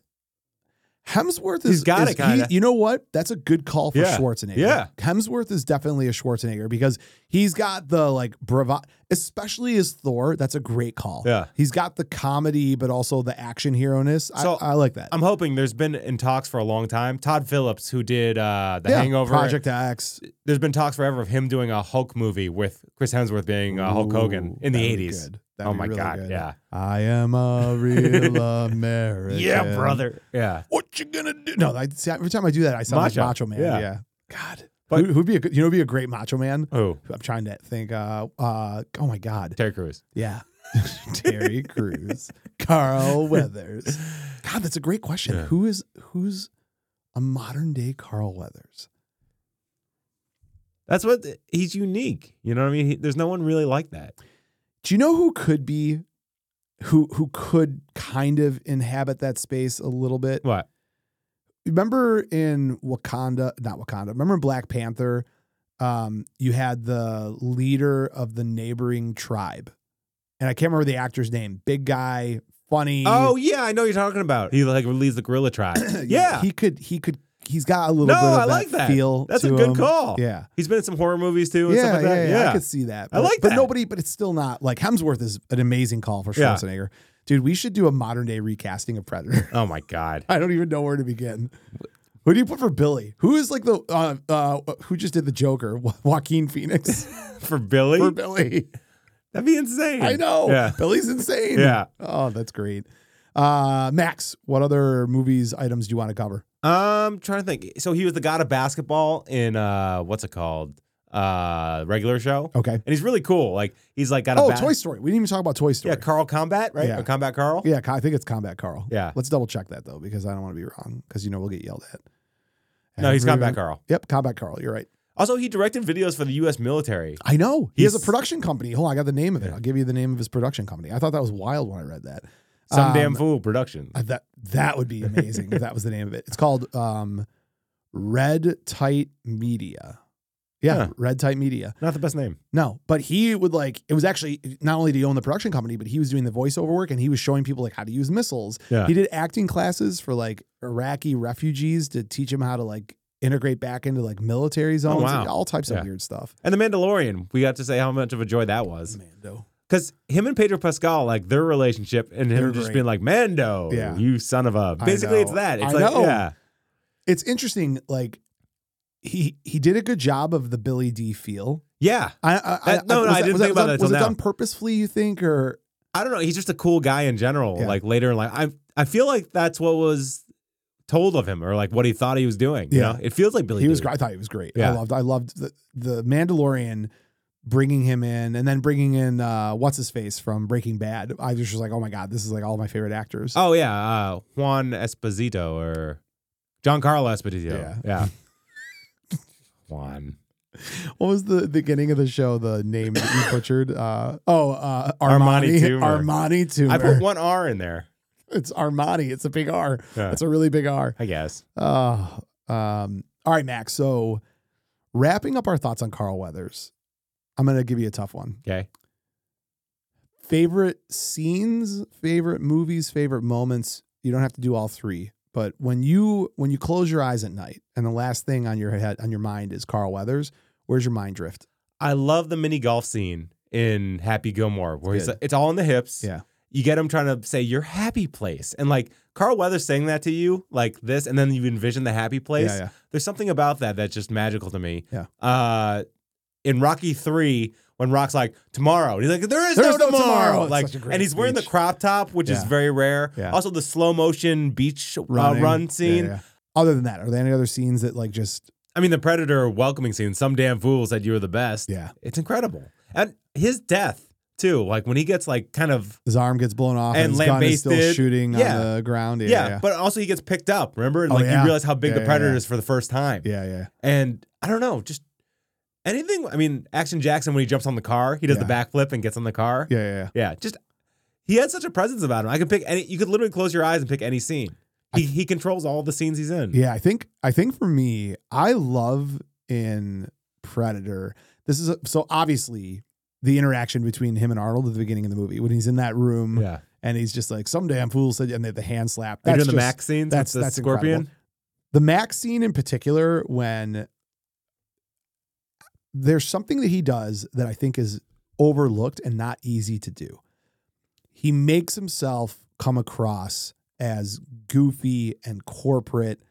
A: Hemsworth
B: He's
A: is
B: got
A: is-
B: it, kinda.
A: he- You know what? That's a good call for
B: Yeah.
A: Schwarzenegger.
B: Yeah.
A: Hemsworth is definitely a Schwarzenegger because he's got the like bravado, especially as Thor. That's a great call.
B: Yeah.
A: he's got the comedy, but also the action hero ness.
B: So,
A: I, I like that.
B: I'm hoping there's been in talks for a long time. Todd Phillips, who did uh, the
A: Yeah,
B: Hangover,
A: Project X.
B: there's been talks forever of him doing a Hulk movie with Chris Hemsworth being uh, Hulk Hogan
A: Ooh,
B: in the
A: that'd be
B: 80s.
A: good. That'd
B: Oh
A: be
B: my
A: really
B: god,
A: good.
B: yeah,
A: I am a real American.
B: yeah, brother, yeah.
A: What you gonna do? No, I, see, every time I do that, I sound
B: Macho.
A: like Macho Man.
B: Yeah.
A: Yeah. God.
B: But-
A: Who, who'd be a good, you know, who'd be a great Macho Man?
B: Oh,
A: I'm trying to think. Uh, uh, oh my God.
B: Terry Crews.
A: Yeah. Terry Crews, Carl Weathers. God, that's a great question.
B: Yeah.
A: Who is who's a modern day Carl Weathers?
B: That's what he's unique. You know what I mean? He, there's no one really like that.
A: Do you know who could be, who who could kind of inhabit that space a little bit?
B: What?
A: Remember in Wakanda, not Wakanda. Remember in Black Panther, um, you had the leader of the neighboring tribe, and I can't remember the actor's name. Big guy, funny.
B: Oh yeah, I know what you're talking about. He like leads the gorilla tribe. yeah,
A: he could. He could. He's got a little
B: No,
A: bit of
B: I like that.
A: feel.
B: That's a
A: to
B: good
A: him.
B: call.
A: Yeah.
B: he's been in some horror movies too. And
A: Yeah,
B: stuff like
A: yeah,
B: that.
A: yeah, I could see that.
B: I
A: But,
B: like
A: but
B: that.
A: nobody. But it's still not like Hemsworth is an amazing call for
B: Yeah.
A: Schwarzenegger. Dude, we should do a modern day recasting of Predator.
B: Oh my god.
A: I don't even know where to begin. Who do you put for Billy? Who is like the uh, uh, who just did the Joker? Jo- Joaquin Phoenix
B: For Billy,
A: for Billy.
B: that'd be insane.
A: I know
B: Yeah,
A: Billy's insane.
B: yeah.
A: Oh, that's great. Uh, Max, what other movies items do you want to cover?
B: Um, trying to think. So he was the god of basketball in uh, what's it called? Uh, regular show.
A: Okay.
B: And he's really cool. Like he's like got a
A: Oh,
B: bas-
A: Toy Story. We didn't even talk about Toy Story.
B: Yeah, Carl Combat, right?
A: Yeah.
B: Or Combat Carl.
A: Yeah, I think it's Combat Carl.
B: Yeah.
A: Let's double check that though, because I don't want to be wrong, because you know we'll get yelled at.
B: No, he's Combat
A: Everyone-
B: Carl.
A: Yep, Combat Carl. You're right.
B: Also, he directed videos for the U.S. military.
A: I know. He has a
B: He's-
A: production company. Hold on, I got the name of it. I'll give you the name of his production company. I thought that was wild when I read that.
B: Some
A: Um,
B: damn fool production.
A: Uh, That that would be amazing if that was the name of it. It's called um, Red Tight Media. Yeah,
B: Huh.
A: Red Tight Media.
B: Not the best name.
A: No, but he would like it was actually not only did he own the production company, but he was doing the voiceover work and he was showing people like how to use missiles.
B: Yeah.
A: He did acting classes for like Iraqi refugees to teach him how to like integrate back into like military zones,
B: Oh, wow.
A: and all types
B: Yeah.
A: of weird stuff.
B: And the Mandalorian. We got to say how much of a joy that was.
A: Mando.
B: Because him and Pedro Pascal, like their relationship, and him
A: They're
B: just
A: great.
B: being like, "Mando,
A: Yeah.
B: you son of a."
A: I
B: Basically, it's
A: know.
B: that. It's
A: I
B: like,
A: know.
B: yeah,
A: It's interesting. Like he he did a good job of the Billy D feel.
B: yeah.
A: I, I,
B: That- no,
A: was
B: no, I didn't
A: was
B: think
A: was
B: about that
A: Was it
B: till
A: done purposefully? You think or
B: I don't know. He's just a cool guy in general.
A: Yeah.
B: Like later in life, I I feel like that's what was told of him, or like what he thought he was doing. you
A: Yeah.
B: know? it feels like Billy.
A: he was?
B: Dee.
A: gr- I thought he was great. I
B: Yeah.
A: loved. I loved the, the Mandalorian bringing him in, and then bringing in uh, what's his face from Breaking Bad. I was just like, oh my god, this is like all my favorite actors.
B: Oh yeah, uh, Juan Esposito or Giancarlo Esposito.
A: Yeah.
B: Yeah, Juan
A: What was the beginning of the show? The name that you butchered. Uh, oh, uh, Armani.
B: Armani Toomer.
A: Armani Tumor.
B: I put one R in there.
A: it's Armani. It's a big R.
B: Yeah,
A: It's a really big R.
B: I guess.
A: Oh, um, all right, Max. So wrapping up our thoughts on Carl Weathers, I'm going to give you a tough one.
B: Okay.
A: favorite scenes, favorite movies, favorite moments. You don't have to do all three, but when you when you close your eyes at night and the last thing on your head on your mind is Carl Weathers, where's your mind drift?
B: I love the mini golf scene in Happy Gilmore where he's
A: Good.
B: like, it's all in the hips.
A: Yeah.
B: You get him trying to say your happy place. And like Carl Weathers saying that to you, like this, and then you envision the happy place. uh,
A: Yeah, yeah.
B: There's something about that that's just magical to me.
A: Yeah.
B: Uh, in Rocky Three, when Rock's like tomorrow, and he's like, "There is
A: There
B: no,
A: is no
B: tomorrow."
A: tomorrow. It's
B: Like,
A: such a great
B: and he's wearing the
A: speech.
B: crop top, which is
A: Yeah.
B: very rare.
A: Yeah.
B: Also, the slow motion beach uh,
A: Running.
B: run
A: Yeah,
B: scene.
A: yeah. Other than that, are there any other scenes that like just
B: I mean, the Predator welcoming scene. Some damn fool said you were the best.
A: yeah,
B: It's incredible. And his death too. Like when he gets like kind of
A: his arm gets blown off and,
B: And
A: his gun is still
B: lambasted.
A: shooting on
B: Yeah.
A: the ground. Yeah,
B: yeah,
A: yeah, yeah.
B: but also he gets picked up. Remember,
A: Oh,
B: like
A: yeah.
B: you realize how big
A: Yeah,
B: the
A: yeah,
B: Predator
A: yeah.
B: is for the first time.
A: yeah, yeah.
B: And I don't know, just anything. I mean, Action Jackson when he jumps on the car, he does the backflip and gets on the car.
A: Yeah, yeah, yeah.
B: Yeah, just he had such a presence about him. I could pick any. You could literally close your eyes and pick any scene. He he controls all the scenes he's in.
A: Yeah, I think I think for me, I love in Predator. This is a, so obviously the interaction between him and Arnold at the beginning of the movie when he's in that room
B: yeah.
A: and he's just like some damn fool said and they have the hand slap.
B: You're doing
A: just,
B: the Max scenes.
A: that's-
B: That's with the
A: that's
B: scorpion.
A: incredible. the Max scene in particular when there's something that he does that I think is overlooked and not easy to do. He makes himself come across as goofy and corporate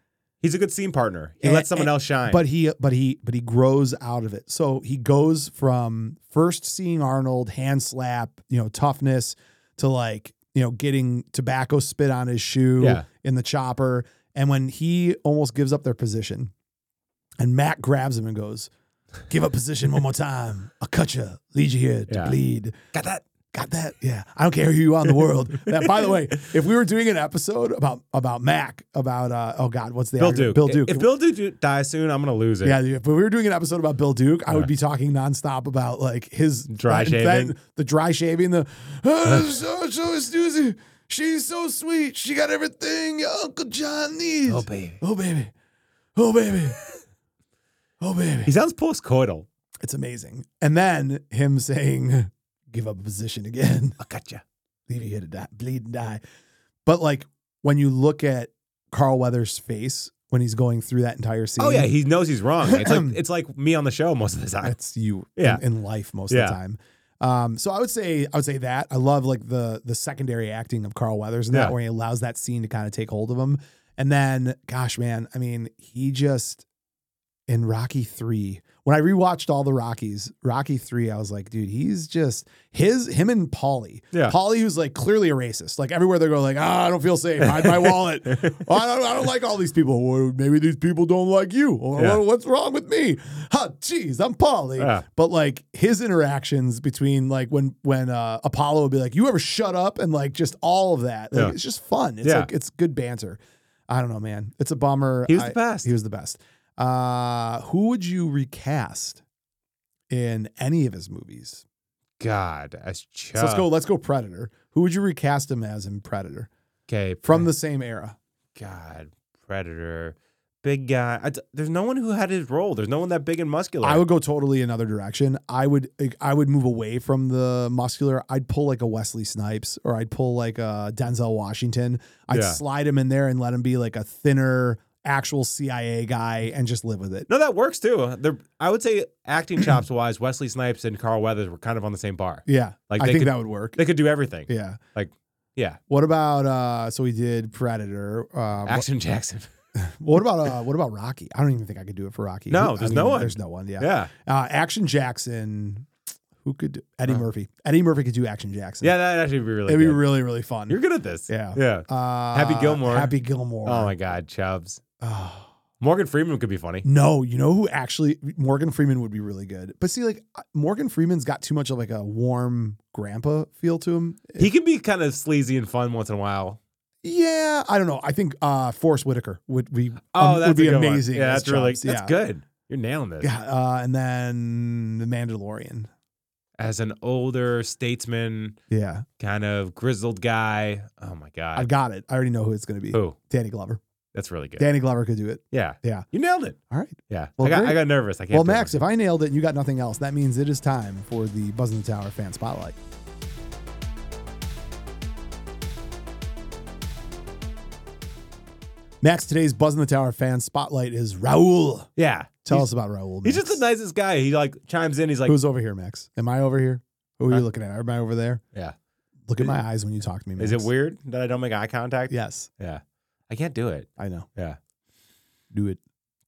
B: He's a good scene partner. He
A: And-
B: lets someone
A: and-
B: else shine.
A: But he but he but he grows out of it. So he goes from first seeing Arnold hand slap, you know, toughness to like, you know, getting tobacco spit on his shoe
B: Yeah.
A: in the chopper and when he almost gives up their position and Matt grabs him and goes, "Give up position one more time. I'll cut you. Lead you here to
B: Yeah.
A: bleed."
B: got that.
A: Got that? Yeah. I don't care who you are in the world. That, by the way, if we were doing an episode about about Mac, about uh, oh God, what's the
B: Bill
A: actor?
B: Duke.
A: Bill Duke.
B: If Bill Duke dies soon, I'm gonna lose it.
A: Yeah, if we were doing an episode about Bill Duke, I would be talking nonstop about like his
B: Dry
A: uh, that-
B: shaving.
A: the dry shaving, the oh, that's so so Susie, she's so sweet, she got everything your Uncle John needs. Oh
B: baby.
A: oh baby, oh baby, oh
B: He
A: baby.
B: sounds postcoital.
A: It's amazing. And then him saying, "Give up a position again."
B: I gotcha.
A: leave you here to die, bleed and die. But like when you look at Carl Weathers' face when he's going through that entire scene,
B: Oh yeah, he knows he's wrong. It's like it's like me on the show most of the time.
A: that's you
B: Yeah.
A: in, in life most
B: Yeah.
A: of the time. Um, so I would say I would say that I love like the the secondary acting of Carl Weathers and
B: Yeah.
A: that where he allows that scene to kind of take hold of him. And then, gosh, man, I mean, he just in Rocky three. When I rewatched all the Rockies, Rocky three, I was like, dude, he's just his him and Polly.
B: Yeah.
A: Polly, who's like clearly a racist. Like everywhere they go, like, ah, I don't feel safe. Hide my wallet. Oh, I, don't, I don't like all these people. Well, maybe these people don't like you. Or
B: Yeah.
A: "What- what's wrong with me? Huh, geez, I'm Polly.
B: Yeah.
A: But like his interactions between like when when uh, Apollo would be like, "You ever shut up?" and like just all of that. Like,
B: Yeah.
A: It's just fun. It's
B: Yeah.
A: like it's good banter. I don't know, man. It's a bummer.
B: He was
A: I-
B: the best.
A: He was the best. Uh, who would you recast in any of his movies?
B: God, that's chub.
A: So let's go. Let's go. Predator. Who would you recast him as in Predator
B: Okay,
A: from the same era?
B: God Predator, big guy. I d there's no one who had his role. There's no one that big and muscular.
A: I would go totally another direction. I would I would move away from the muscular. I'd pull like a Wesley Snipes or I'd pull like a Denzel Washington. I'd
B: Yeah.
A: slide him in there and let him be like a thinner actual CIA guy and just live with it.
B: no, that works too. They're, I would say acting chops wise, Wesley Snipes and Carl Weathers were kind of on the same bar.
A: Yeah.
B: Like
A: I
B: they
A: think
B: could-
A: that would work.
B: They could do everything.
A: Yeah.
B: Like, yeah.
A: What about uh so we did Predator. Uh, what,
B: Action Jackson.
A: what about uh what about Rocky? I don't even think I could do it for Rocky.
B: No,
A: Who- I
B: there's no one.
A: There's no one, yeah.
B: Yeah. yeah,
A: Uh Action Jackson. Who could do Eddie
B: Huh.
A: Murphy. Eddie Murphy could do Action Jackson.
B: that'd actually be really.
A: It'd be
B: good.
A: really, really fun.
B: You're good at this.
A: Yeah.
B: yeah.
A: Uh,
B: Gilmore.
A: Happy Gilmore.
B: Oh my God, Chubbs.
A: Oh.
B: Morgan Freeman could be funny.
A: No, you know who actually Morgan Freeman would be really good. But see, like uh, Morgan Freeman's got too much of like a warm grandpa feel to him.
B: He can be kind of sleazy and fun once in a while.
A: yeah, I don't know. I think uh Forrest Whitaker would be
B: Oh,
A: um,
B: that's
A: would
B: a
A: be
B: good one.
A: amazing.
B: Yeah,
A: as
B: that's really
A: Chubs.
B: that's
A: yeah.
B: good. You're nailing this.
A: Yeah, uh, and then the Mandalorian.
B: As an older statesman,
A: Yeah,
B: kind of grizzled guy. Oh my
A: I
B: God.
A: got it. I already know who it's going to be.
B: Who?
A: Danny Glover.
B: That's really good.
A: Danny Glover could do it.
B: Yeah.
A: Yeah.
B: You nailed it.
A: All right.
B: Yeah.
A: Well,
B: I, got,
A: great.
B: I got nervous. I can't.
A: well,
B: do it.
A: Max, if I nailed it and you got nothing else, that means it is time for the Buzz in the Tower fan spotlight. Max, today's Buzz in the Tower fan spotlight is Raul.
B: Yeah.
A: Tell
B: he's,
A: us about Raul.
B: He's
A: Max.
B: just the nicest guy. He like chimes in. He's like,
A: Who's over here, Max? Am I over here? Who are you
B: Huh?
A: looking at? Am I over there?
B: yeah.
A: Look at my eyes when you talk to me, Max.
B: Is it weird that I don't make eye contact?
A: Yes,
B: Yeah. I can't do it.
A: I know.
B: Yeah.
A: Do it,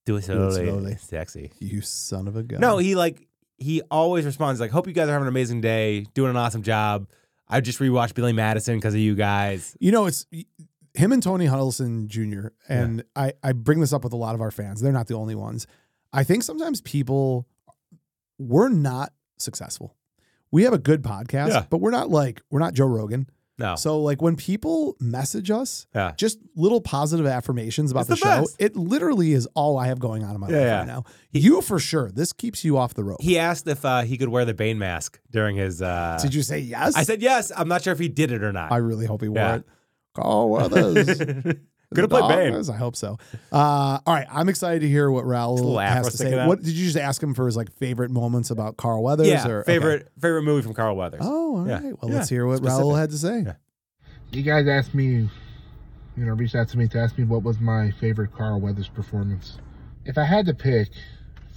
B: Do it slowly.
A: slowly.
B: Sexy.
A: you son of a gun.
B: No, he like he always responds like, "Hope you guys are having an amazing day, doing an awesome job." I just rewatched Billy Madison because of you guys.
A: You know, it's him and Tony Huddleston Jr. And I, I bring this up with a lot of our fans. They're not the only ones. I think sometimes people we're not successful. We have a good podcast,
B: Yeah.
A: but we're not like we're not Joe Rogan.
B: No.
A: So like when people message us,
B: Yeah.
A: just little positive affirmations about
B: It's
A: the,
B: the
A: show,
B: best.
A: it literally is all I have going on in my
B: Yeah,
A: life
B: yeah.
A: right now. you for sure. This keeps you off the rope.
B: He asked if uh, he could wear the Bane mask during his. Uh,
A: Did you say yes?
B: I said yes. I'm not sure if he did it or not.
A: I really hope he wore
B: Yeah.
A: it. Carl Weathers.
B: Gonna play Bane.
A: Bane. I hope so. Uh, all right, I'm excited to hear what
B: Just a little
A: Raul has
B: afro
A: to
B: sticking
A: say.
B: out.
A: What did you just ask him for his like favorite moments about Carl Weathers?
B: yeah.
A: or, okay.
B: favorite favorite movie from Carl Weathers.
A: Oh, all right.
B: Yeah.
A: Well,
B: Yeah,
A: let's hear what
B: specific.
A: Raul had to say.
B: Yeah.
D: you guys asked me, you know, reached out to me to ask me what was my favorite Carl Weathers performance. If I had to pick,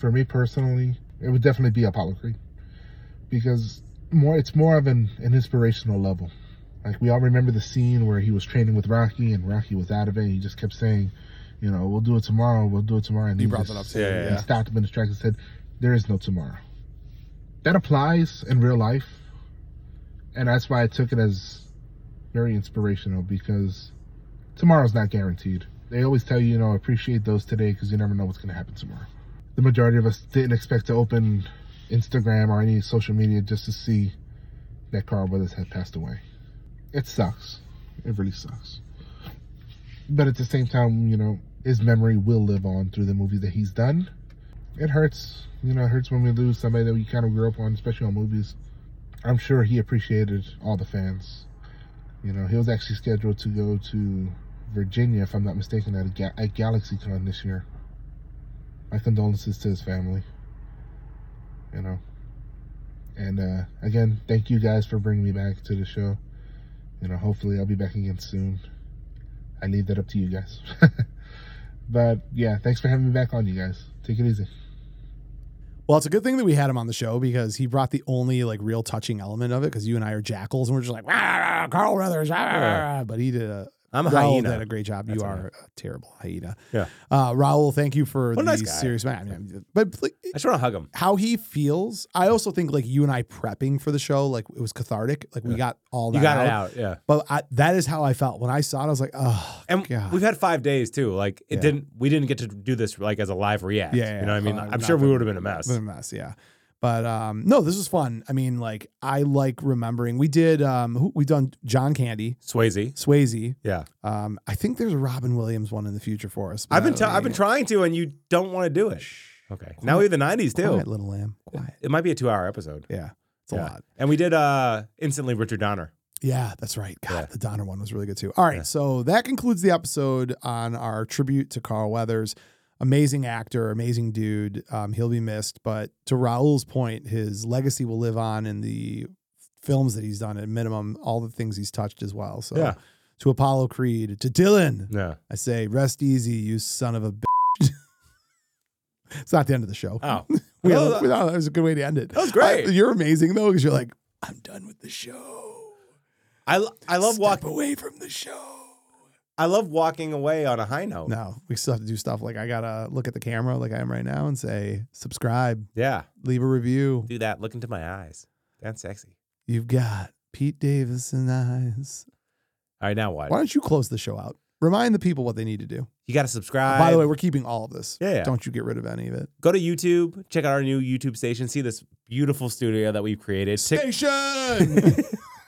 D: for me personally, it would definitely be Apollo Creed, because more it's more of an, an inspirational level. Like we all remember the scene where he was training with Rocky and Rocky was out of it. And he just kept saying, you know, we'll do it tomorrow. We'll do it tomorrow. And
A: You
D: he
A: brought
D: just-
A: that up too.
B: Yeah, yeah,
D: and
B: yeah.
D: stopped him in his tracks and said, "There is no tomorrow." That applies in real life, and that's why I took it as very inspirational because tomorrow's not guaranteed. They always tell you, you know, appreciate those today because you never know what's going to happen tomorrow. The majority of us didn't expect to open Instagram or any social media just to see that Carl Weathers had passed away. It sucks. It really sucks. But at the same time, you know, his memory will live on through the movies that he's done. It hurts. You know, it hurts when we lose somebody that we kind of grew up on, especially on movies. I'm sure he appreciated all the fans. You know, he was actually scheduled to go to Virginia, if I'm not mistaken, at, a ga- at GalaxyCon this year. My condolences to his family. You know. And uh, again, thank you guys for bringing me back to the show. you know, hopefully I'll be back again soon. I leave that up to you guys. but yeah, thanks for having me back on, you guys. Take it easy.
A: Well, it's a good thing that we had him on the show because he brought the only like real touching element of it because you and I are jackals and we're just like, "Rah, rah, Carl Weathers, rah, rah, rah," but he did a
B: I'm a
A: Raul
B: hyena.
A: did oh, a great job.
B: That's
A: you
B: all
A: are a terrible hyena.
B: Yeah.
A: Uh, Raul, thank you for
B: What
A: the
B: a nice guy.
A: serious man. I mean, but like,
B: I just want to hug him.
A: how he feels, I also think like you and I prepping for the show, like it was cathartic. Like we
B: Yeah.
A: got all that
B: You got it out. Yeah.
A: But I, that is how I felt when I saw it. I was like, oh,
B: And
A: God.
B: we've had five days too. Like it
A: Yeah.
B: didn't. We didn't get to do this like as a live react.
A: Yeah, yeah,
B: You know what I mean?
A: yeah.
B: I'm
A: Not
B: sure we
A: been-
B: would have been a mess.
A: been a mess, yeah. But um, no, this was fun. I mean, like I like remembering. We did. Um, who, we done John Candy,
B: Swayze.
A: Swayze.
B: Yeah.
A: Um, I think there's a Robin Williams one in the future for us. but
B: I've been.
A: I
B: T-
A: don't
B: I've been
A: know.
B: trying to, and you don't want to do it. Okay. Now we have the '90s too.
A: Quiet, little lamb. Quiet.
B: It might be a two-hour episode.
A: Yeah, it's a
B: Yeah.
A: lot.
B: And we did uh instantly Richard Donner.
A: Yeah, that's right. God,
B: Yeah.
A: the Donner one was really good too. All right, so that concludes the episode on our tribute to Carl Weathers. Amazing actor, amazing dude. Um, he'll be missed, but to Raul's point, his legacy will live on in the films that he's done at minimum, all the things he's touched as well. So
B: Yeah.
A: to Apollo Creed, to Dylan,
B: Yeah.
A: I say, rest easy, you son of a bitch. it's not the end of the show.
B: Oh.
A: We-
B: Oh, that-
A: we- that was a good way to end it.
B: That was great.
A: I- you're amazing though, because you're like, I'm done with the show.
B: I, l- I love walking.
A: away from the show.
B: I love walking away on a high note.
A: No, we still have to do stuff like I gotta look at the camera like I am right now and say subscribe,
B: Yeah.
A: leave a review.
B: Do that. Look into my eyes. That's sexy.
A: You've got Pete Davidson eyes.
B: All right. Now what?
A: Why don't you close the show out? Remind the people what they need to do.
B: You got to subscribe.
A: By the way, we're keeping all of this.
B: Yeah, yeah.
A: Don't you get rid of any of it.
B: go to YouTube. Check out our new YouTube station. See this beautiful studio that we've created. Tick-
A: Station.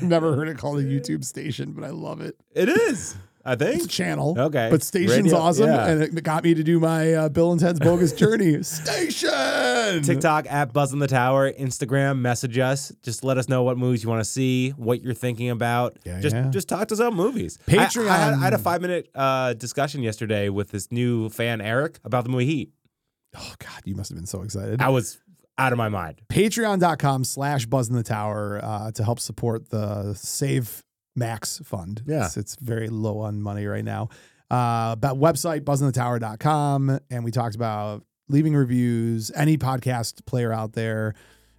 A: Never heard it called a YouTube station, but I love it.
B: It is. I
A: It's
B: think.
A: a channel.
B: Okay.
A: But station's
B: Radio-
A: awesome,
B: yeah.
A: and it got me to do my uh, Bill and Ted's Bogus Journey. Station.
B: TikTok at Buzz in the Tower, Instagram, message us. Just let us know what movies you want to see, what you're thinking about.
A: Yeah,
B: just
A: yeah.
B: just talk to us about movies. I-
A: Patreon.
B: I, had, I had a five minute uh, discussion yesterday with this new fan Eric about the movie Heat.
A: Oh God, you must have been so excited.
B: I was out of my mind.
A: patreon.com slash buzz in the tower uh, to help support the save max fund
B: Yeah.
A: it's, it's very low on money right now uh about website buzzinthetower.com and we talked about leaving reviews any podcast player out there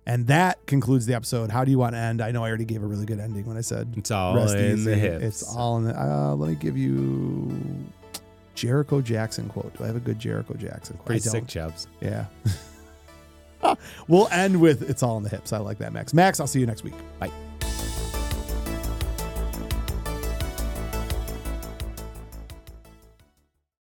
A: and that concludes the episode how do you want to end i know i already gave a really good ending when i said
B: It's all
A: rest
B: in
A: easy
B: the hips.
A: it's all in the uh let me give you jericho jackson quote do i have a good jericho jackson quote I
B: pretty
A: don't.
B: sick, Chubbs.
A: Yeah. we'll end with it's all in the hips. I like that, Max. Max, I'll see you next week.
B: Bye.